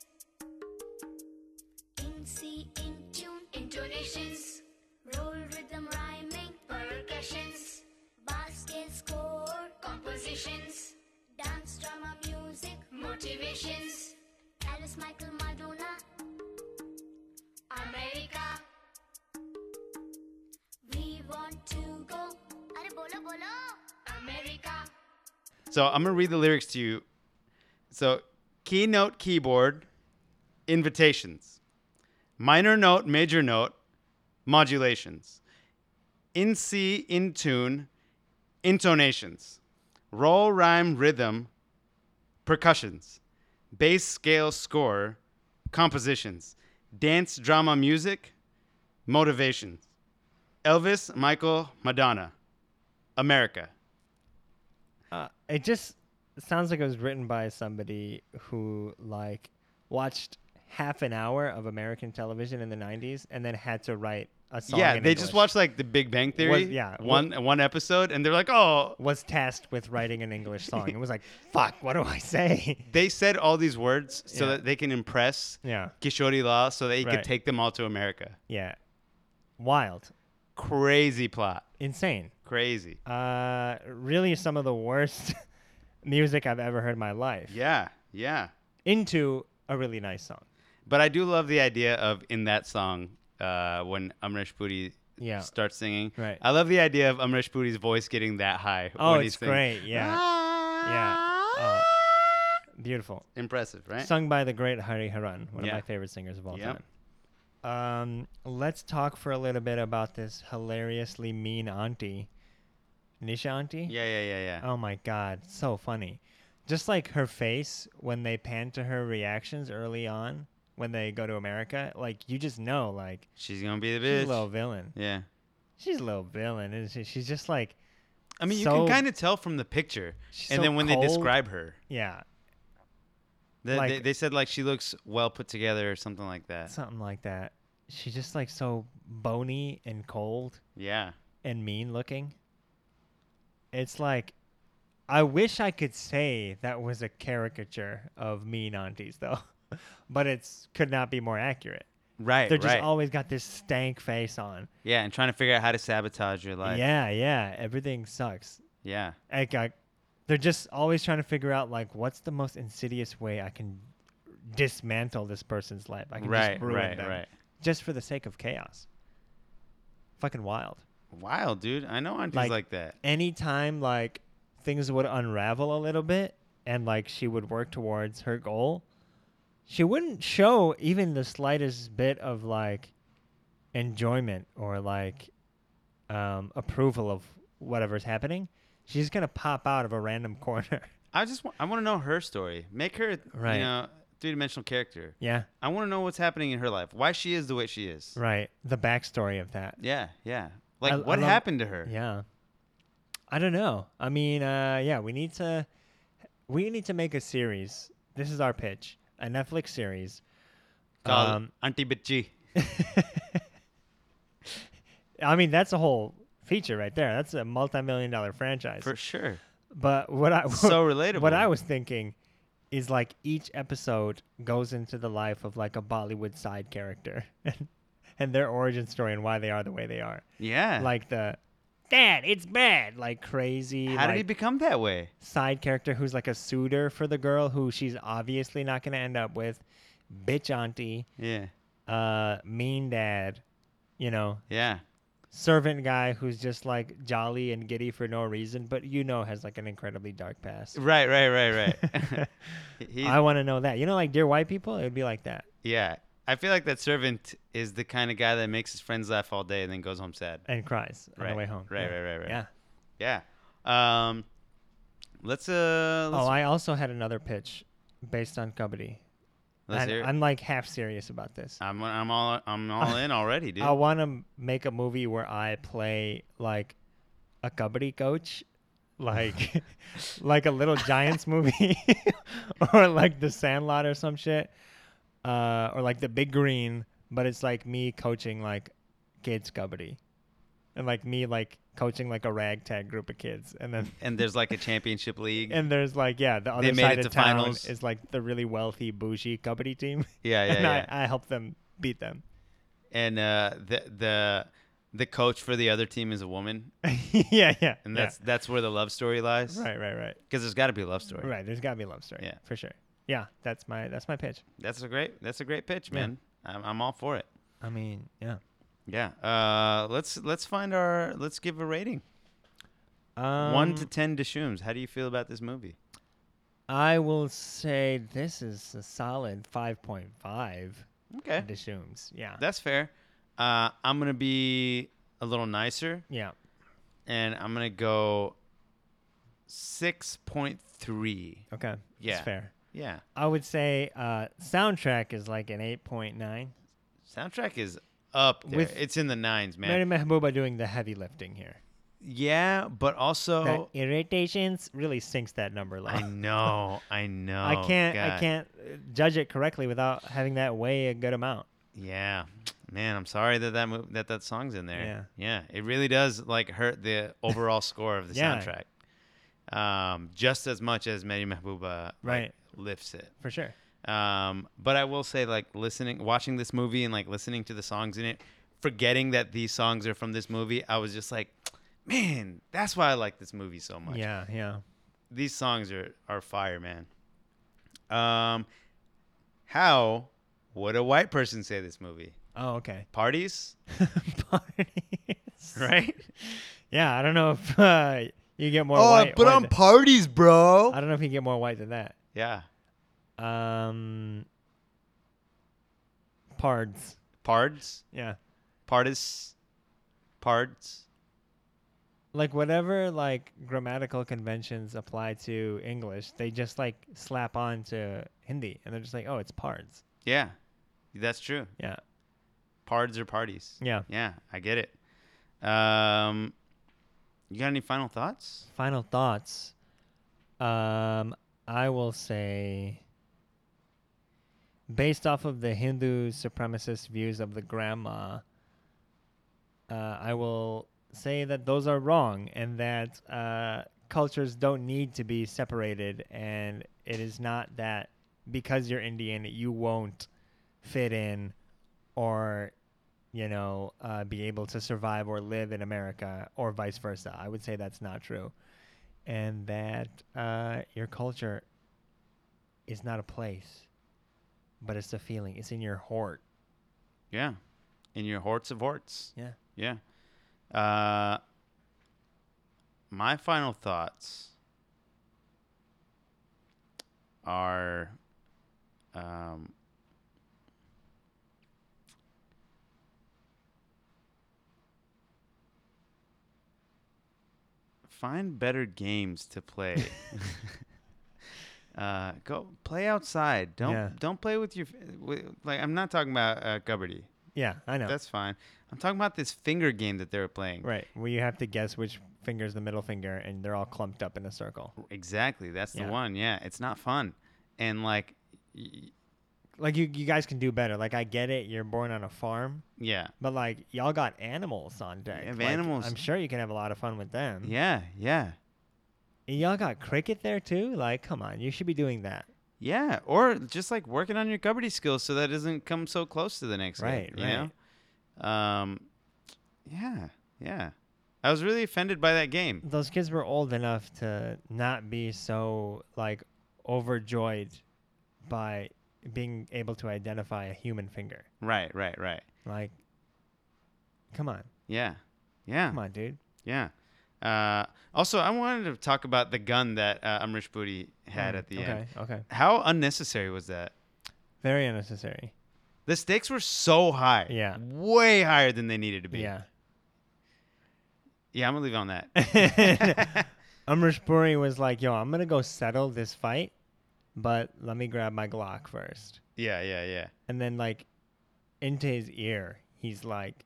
Speaker 4: in C in tune intonations roll rhythm rhyming percussions basket score compositions dance drama music motivations Alice Michael Madonna America we want to go. अरे बोलो बोलो. America.
Speaker 2: So I'm gonna read the lyrics to you. So keynote keyboard invitations, minor note, major note, modulations, in C, in tune, intonations, roll, rhyme, rhythm, percussions, bass, scale, score, compositions, dance, drama, music, motivations. Elvis, Michael, Madonna, America.
Speaker 1: Uh, it just sounds like it was written by somebody who like watched half an hour of American television in the '90s and then had to write a song.
Speaker 2: Yeah,
Speaker 1: in
Speaker 2: they just
Speaker 1: English,
Speaker 2: watched like The Big Bang Theory.
Speaker 1: yeah, wa-
Speaker 2: one one episode, and they're like, "Oh,
Speaker 1: Was tasked with writing an English song and was
Speaker 2: <laughs>
Speaker 1: like, "Fuck, what do I say?" <laughs>
Speaker 2: they said all these words so
Speaker 1: Yeah.
Speaker 2: that they can impress
Speaker 1: yeah,
Speaker 2: Kishori Lal, so that he could
Speaker 1: Right.
Speaker 2: take them all to America."
Speaker 1: yeah, wild,
Speaker 2: Crazy plot,
Speaker 1: insane.
Speaker 2: crazy.
Speaker 1: Uh, really, some of the worst <laughs> music I've ever heard in my life.
Speaker 2: Yeah, yeah.
Speaker 1: Into a really nice song.
Speaker 2: But I do love the idea of in that song uh, when Amrish Puri
Speaker 1: Yeah.
Speaker 2: start singing.
Speaker 1: Right.
Speaker 2: I love the idea of Amrish Puri's voice getting that high.
Speaker 1: Oh,
Speaker 2: when he
Speaker 1: it's
Speaker 2: sings.
Speaker 1: great. Yeah. Yeah. Oh,
Speaker 2: Ah.
Speaker 1: beautiful.
Speaker 2: Impressive, right?
Speaker 1: Sung by the great Hari Haran, one
Speaker 2: Eh. Yeah.
Speaker 1: of my favorite singers of all
Speaker 2: Yep.
Speaker 1: time. Um, let's talk for a little bit about this hilariously mean auntie, Nisha auntie.
Speaker 2: yeah, yeah, yeah, yeah.
Speaker 1: Oh my god, so funny. Just like her face when they pan to her reactions early on when they go to America, like you just know, like
Speaker 2: She's gonna be the
Speaker 1: she's
Speaker 2: bitch.
Speaker 1: a little villain.
Speaker 2: Yeah.
Speaker 1: She's a little villain, and she? she's just like,
Speaker 2: I mean, you
Speaker 1: So-
Speaker 2: can kind of tell from the picture,
Speaker 1: She's
Speaker 2: and
Speaker 1: so
Speaker 2: then when they
Speaker 1: cold.
Speaker 2: describe her,
Speaker 1: yeah,
Speaker 2: they, they,
Speaker 1: Like-
Speaker 2: they said like she looks well put together or something like that.
Speaker 1: something like that. She's just like so bony and cold
Speaker 2: yeah.
Speaker 1: and mean looking. It's like, I wish I could say that was a caricature of mean aunties, though, <laughs> but it's could not be more accurate.
Speaker 2: Right.
Speaker 1: They're
Speaker 2: right.
Speaker 1: just always got this stank face on.
Speaker 2: yeah, and trying to figure out how to sabotage your life.
Speaker 1: yeah, yeah. Everything sucks.
Speaker 2: Yeah.
Speaker 1: Like, I, they're just always trying to figure out like what's the most insidious way I can dismantle this person's life. I can
Speaker 2: Right,
Speaker 1: just ruin
Speaker 2: right,
Speaker 1: them
Speaker 2: right.
Speaker 1: just for the sake of chaos. Fucking wild.
Speaker 2: Wild, dude. I know aunties like,
Speaker 1: Like-
Speaker 2: that.
Speaker 1: Anytime like things would unravel a little bit and like she would work towards her goal, she wouldn't show even the slightest bit of like enjoyment or like um, approval of whatever's happening. She's gonna pop out of a random <laughs> corner.
Speaker 2: I just wa- I want to know her story. Make her
Speaker 1: Right.
Speaker 2: you know three dimensional character.
Speaker 1: yeah,
Speaker 2: I want to know what's happening in her life. Why she is the way she is.
Speaker 1: right. The backstory of that.
Speaker 2: Yeah, yeah. Like
Speaker 1: I- I
Speaker 2: what
Speaker 1: love-
Speaker 2: happened to her?
Speaker 1: Yeah. I don't know. I mean, uh, yeah, we need to we need to make a series. This is our pitch. A Netflix series.
Speaker 2: Called
Speaker 1: Um, <laughs>
Speaker 2: Auntie Bitchy.
Speaker 1: I mean, that's a whole feature right there. That's a multi-million dollar franchise.
Speaker 2: For sure.
Speaker 1: but what I <laughs>
Speaker 2: So
Speaker 1: What I
Speaker 2: relatable.
Speaker 1: was thinking is like each episode goes into the life of like a Bollywood side character <laughs> and their origin story and why they are the way they are.
Speaker 2: <laughs> Yeah.
Speaker 1: Like the Dad, it's bad, like crazy.
Speaker 2: how did he
Speaker 1: like,
Speaker 2: become that way?
Speaker 1: side character who's like a suitor for the girl who she's obviously not going to end up with, bitch auntie,
Speaker 2: Yeah.
Speaker 1: uh, mean dad, you know,
Speaker 2: Yeah.
Speaker 1: servant guy who's just like jolly and giddy for no reason, but you know has like an incredibly dark
Speaker 2: <laughs>
Speaker 1: past.
Speaker 2: Right, right, right,
Speaker 1: <laughs>
Speaker 2: right. <laughs> He's-
Speaker 1: I want to know that. You know, like dear white people, it would be like that.
Speaker 2: yeah. I feel like that servant is the kind of guy that makes his friends laugh all day and then goes home sad.
Speaker 1: And cries on
Speaker 2: Right,
Speaker 1: the way home.
Speaker 2: right,
Speaker 1: yeah.
Speaker 2: right, right, right.
Speaker 1: Yeah.
Speaker 2: Yeah. Um let's uh let's,
Speaker 1: Oh, I also had another pitch based on comedy.
Speaker 2: let's
Speaker 1: And
Speaker 2: hear it.
Speaker 1: I'm like half serious about this.
Speaker 2: I'm I'm all I'm all in
Speaker 1: <laughs>
Speaker 2: already, dude.
Speaker 1: I want to make a movie where I play like a kabaddi coach, like <laughs> like a little
Speaker 2: <laughs>
Speaker 1: Giants movie, <laughs> or like The Sandlot or some shit, uh, or like The Big Green. But it's like me coaching like kids kabaddi, and like me like coaching like a ragtag group of kids, and
Speaker 2: <laughs>
Speaker 1: then.
Speaker 2: and there's like a championship league.
Speaker 1: <laughs> And there's like yeah, the other
Speaker 2: made
Speaker 1: side
Speaker 2: it
Speaker 1: of
Speaker 2: to
Speaker 1: town
Speaker 2: finals.
Speaker 1: is like the really wealthy bougie kabaddi team. <laughs>
Speaker 2: Yeah, yeah,
Speaker 1: and
Speaker 2: yeah.
Speaker 1: I, I help them beat them. <laughs>
Speaker 2: and uh, the the the coach for the other team is a woman,
Speaker 1: yeah, yeah.
Speaker 2: and
Speaker 1: yeah.
Speaker 2: that's that's where the love story lies.
Speaker 1: Right, right, right,
Speaker 2: Because there's got to be a love story.
Speaker 1: right. There's got to be a love story.
Speaker 2: Yeah.
Speaker 1: for sure. Yeah, that's my that's my pitch.
Speaker 2: That's a great that's a great pitch,
Speaker 1: Yeah.
Speaker 2: man. I'm, I'm all for it.
Speaker 1: I mean, yeah.
Speaker 2: Yeah. Uh, let's let's find our let's give a rating.
Speaker 1: Um,
Speaker 2: One to ten Dishrooms. How do you feel about this movie?
Speaker 1: I will say this is a solid five point five.
Speaker 2: Okay,
Speaker 1: Dishumes. Yeah.
Speaker 2: that's fair. Uh, I'm gonna be a little nicer,
Speaker 1: yeah.
Speaker 2: and I'm gonna go six point three.
Speaker 1: Okay.
Speaker 2: Yeah.
Speaker 1: That's fair.
Speaker 2: Yeah,
Speaker 1: I would say uh, soundtrack is like an eight point nine.
Speaker 2: soundtrack is up there.
Speaker 1: With-
Speaker 2: it's in the nines, man.
Speaker 1: Mary Mahbuba doing the heavy lifting here.
Speaker 2: Yeah, but also
Speaker 1: That irritations really sinks that number low.
Speaker 2: Oh. I know, I know.
Speaker 1: I can't I
Speaker 2: God.
Speaker 1: can't uh, judge it correctly without having that weigh a good amount.
Speaker 2: Yeah, man, I'm sorry that that mov- that that song's in there. Yeah, yeah, it really does like hurt the overall score of
Speaker 1: <laughs>
Speaker 2: the
Speaker 1: Yeah.
Speaker 2: soundtrack, um, just as much as Mehdi Mahbuba like,
Speaker 1: Right.
Speaker 2: lifts it.
Speaker 1: For sure.
Speaker 2: Um, but I will say, like listening, watching this movie and like listening to the songs in it, forgetting that these songs are from this movie, I was just like, man, that's why I like this movie so much.
Speaker 1: Yeah, yeah.
Speaker 2: these songs are are fire, man. Um, how would a white person say this movie?
Speaker 1: Oh, okay.
Speaker 2: Parties,
Speaker 1: <laughs> Parties.
Speaker 2: right?
Speaker 1: Yeah, I don't know if uh, you get
Speaker 3: Oh,
Speaker 1: more
Speaker 2: I
Speaker 1: white. white th-
Speaker 2: Oh, parties, bro.
Speaker 1: I don't know if you get more white than that.
Speaker 2: Yeah.
Speaker 1: Um, pards.
Speaker 2: Pards,
Speaker 1: Yeah.
Speaker 2: partis, pards.
Speaker 1: Like whatever like grammatical conventions apply to English, they just like slap on to Hindi, and they're just like, oh, it's pards.
Speaker 2: Yeah, that's true.
Speaker 1: Yeah.
Speaker 2: Pards or parties.
Speaker 1: Yeah.
Speaker 2: Yeah, I get it. Um, you got any final thoughts?
Speaker 1: Final thoughts. Um, I will say, based off of the Hindu supremacist views of the grandma, uh, I will say that those are wrong and that uh, cultures don't need to be separated. And it is not that because you're Indian, you won't fit in or you know, uh, be able to survive or live in America or vice versa. I would say that's not true. And that uh, your culture is not a place, but it's a feeling. It's in your heart.
Speaker 2: Yeah, in your horts of horts.
Speaker 1: Yeah.
Speaker 2: Yeah. Uh, my final thoughts are um, find better games to play. <laughs> Uh, go play outside. Don't
Speaker 1: Yeah.
Speaker 2: don't play with your f- wi- like. I'm not talking about uh, Gubbardy.
Speaker 1: Yeah, I know.
Speaker 2: That's fine. I'm talking about this finger game that they were playing.
Speaker 1: right. Well, you have to guess which finger's the middle finger, and they're all clumped up in a circle.
Speaker 2: Exactly. That's
Speaker 1: Yeah.
Speaker 2: the one. Yeah. It's not fun. And like, y-
Speaker 1: Like, you, you guys can do better. Like, I get it. You're born on a farm,
Speaker 2: yeah.
Speaker 1: but like, y'all got animals on deck.
Speaker 2: have
Speaker 1: Like,
Speaker 2: animals.
Speaker 1: I'm sure you can have a lot of fun with them.
Speaker 2: Yeah. Yeah.
Speaker 1: And y'all got cricket there too? Like, come on. You should be doing that.
Speaker 2: Yeah. Or just like working on your Gubbardy skills so that it doesn't come so close to the next
Speaker 1: Right,
Speaker 2: game. you know? Um, yeah. Yeah. I was really offended by that game.
Speaker 1: those kids were old enough to not be so like overjoyed by being able to identify a human finger.
Speaker 2: Right. Right. Right.
Speaker 1: Like, come on,
Speaker 2: Yeah. Yeah.
Speaker 1: come on, dude.
Speaker 2: Yeah. Uh, also, I wanted to talk about the gun that uh, Amrish Booty had
Speaker 1: Mm,
Speaker 2: at the
Speaker 1: okay,
Speaker 2: end.
Speaker 1: okay,
Speaker 2: How unnecessary was that?
Speaker 1: very unnecessary.
Speaker 2: The stakes were so high.
Speaker 1: Yeah.
Speaker 2: Way higher than they needed to be.
Speaker 1: Yeah.
Speaker 2: Yeah, I'm gonna leave it on
Speaker 1: <laughs>
Speaker 2: that. <laughs>
Speaker 1: Amrish Puri was like, "Yo, I'm gonna go settle this fight, but let me grab my Glock first.
Speaker 2: yeah, yeah, yeah.
Speaker 1: And then like, into his ear, he's like,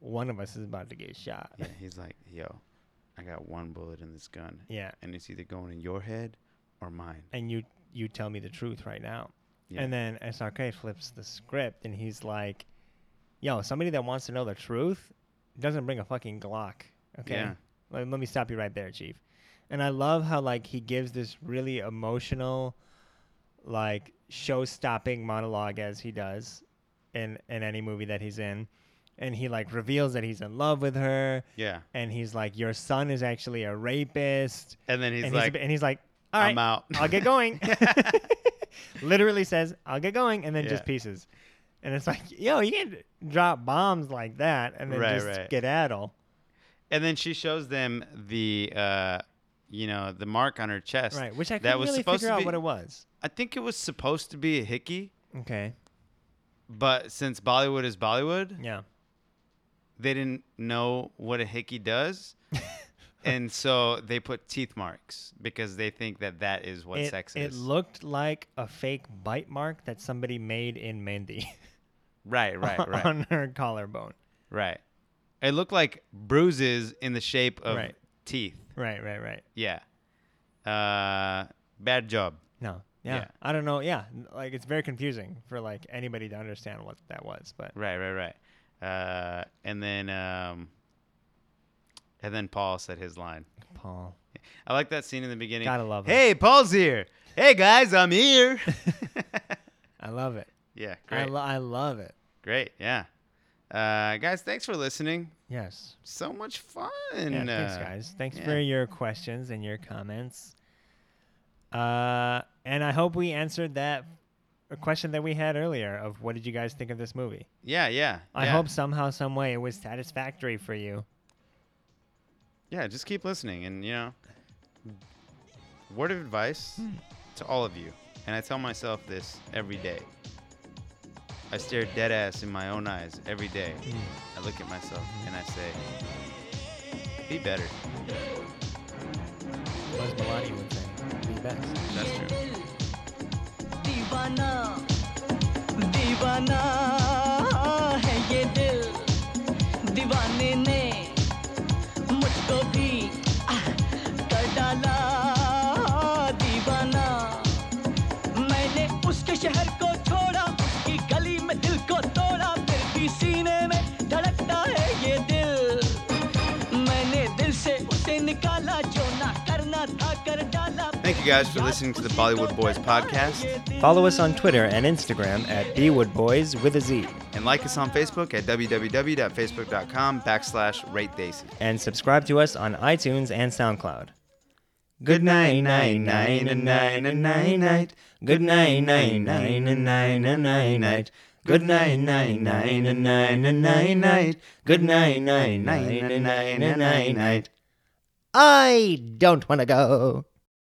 Speaker 1: "One of us is about to get shot."
Speaker 2: Yeah. He's like, yo, I got one bullet in this gun.
Speaker 1: yeah.
Speaker 2: And it's either going in your head or mine.
Speaker 1: and you you tell me the truth right now.
Speaker 2: Yeah.
Speaker 1: And then SRK flips the script and he's like, "Yo, somebody that wants to know the truth doesn't bring a fucking Glock." Okay.
Speaker 2: Yeah.
Speaker 1: Let, let me stop you right there, chief. And I love how like he gives this really emotional like show-stopping monologue as he does in in any movie that he's in. And he like reveals that he's in love with her
Speaker 2: Yeah.
Speaker 1: and he's like your son is actually a rapist
Speaker 2: And then he's
Speaker 1: and,
Speaker 2: like,
Speaker 1: he's, and he's like, "All right,
Speaker 2: I'm out."
Speaker 1: I'll get
Speaker 2: <laughs>
Speaker 1: going." <laughs> Literally says, "I'll get going," and then just
Speaker 2: Yeah.
Speaker 1: pieces. And it's like, yo, you can't drop bombs like that and then
Speaker 2: Right,
Speaker 1: just
Speaker 2: right.
Speaker 1: skedaddle.
Speaker 2: and then she shows them the, uh, you know, the mark on her chest.
Speaker 1: Right, which I
Speaker 2: that
Speaker 1: couldn't
Speaker 2: was
Speaker 1: really
Speaker 2: supposed
Speaker 1: figure
Speaker 2: to
Speaker 1: out
Speaker 2: be-
Speaker 1: what it was.
Speaker 2: I think it was supposed to be a hickey,
Speaker 1: Okay,
Speaker 2: but since Bollywood is Bollywood,
Speaker 1: yeah,
Speaker 2: they didn't know what a
Speaker 1: <laughs>
Speaker 2: hickey does. and so they put teeth marks because they think that that is what
Speaker 1: it,
Speaker 2: sex
Speaker 1: it
Speaker 2: is.
Speaker 1: looked like a fake bite mark that somebody made in Mandy <laughs>
Speaker 2: right, <laughs> right, right,
Speaker 1: on her collarbone.
Speaker 2: right. It looked like bruises in the shape of
Speaker 1: Right.
Speaker 2: teeth.
Speaker 1: Right, right, right.
Speaker 2: Yeah. Uh, bad job.
Speaker 1: No, yeah.
Speaker 2: Yeah.
Speaker 1: I don't know. Yeah, like it's very confusing for like anybody to understand what that was. But
Speaker 2: Right, right, right. Uh, and then, um, and then Paul said his line.
Speaker 1: Paul,
Speaker 2: I like that scene in the beginning.
Speaker 1: Gotta love him.
Speaker 2: Hey, Paul's here. Hey guys, I'm
Speaker 1: <laughs>
Speaker 2: here. <laughs>
Speaker 1: I love it.
Speaker 2: yeah,
Speaker 1: I,
Speaker 2: great.
Speaker 1: lo- I love it.
Speaker 2: Great, yeah. Uh, guys, thanks for listening.
Speaker 1: Yes.
Speaker 2: So much fun.
Speaker 1: Yeah, thanks,
Speaker 2: Uh,
Speaker 1: guys. Thanks
Speaker 2: yeah.
Speaker 1: for your questions and your comments. Uh, and I hope we answered that a question that we had earlier of what did you guys think of this movie?
Speaker 2: Yeah, yeah.
Speaker 1: I
Speaker 2: yeah.
Speaker 1: hope somehow, some way, it was satisfactory for you.
Speaker 2: Yeah, just keep listening, and you know, word of advice
Speaker 1: Hmm.
Speaker 2: to all of you, and I tell myself this every day. I stare dead ass in my own eyes every day.
Speaker 1: Hmm.
Speaker 2: I look at myself and I say, "Be better."
Speaker 1: Was Milani would say, be best.
Speaker 2: That's true.
Speaker 3: दीवाना दीवाना है ये दिल दीवाने ने मुझको भी आह, कर डाला दीवाना मैंने उसके शहर को छोड़ा उसकी गली में दिल को तोड़ा फिर भी सीने में धड़कता है ये दिल मैंने दिल से उसे निकाला जो ना करना था कर डाला
Speaker 2: Thank you guys for listening to the Bollywood Boys podcast,
Speaker 1: Follow us on Twitter and Instagram at BWoodBoys with a Z.
Speaker 2: and like us on Facebook at www.facebook.com backslash Rate Daisy.
Speaker 1: And subscribe to us on iTunes and SoundCloud. Good night, night, night, and night, and night, night. Good night, night, night, and night, and night, night. Good night, night, night, and night, and night, night. Good night, night, night, and night, and night, night. I don't want to go.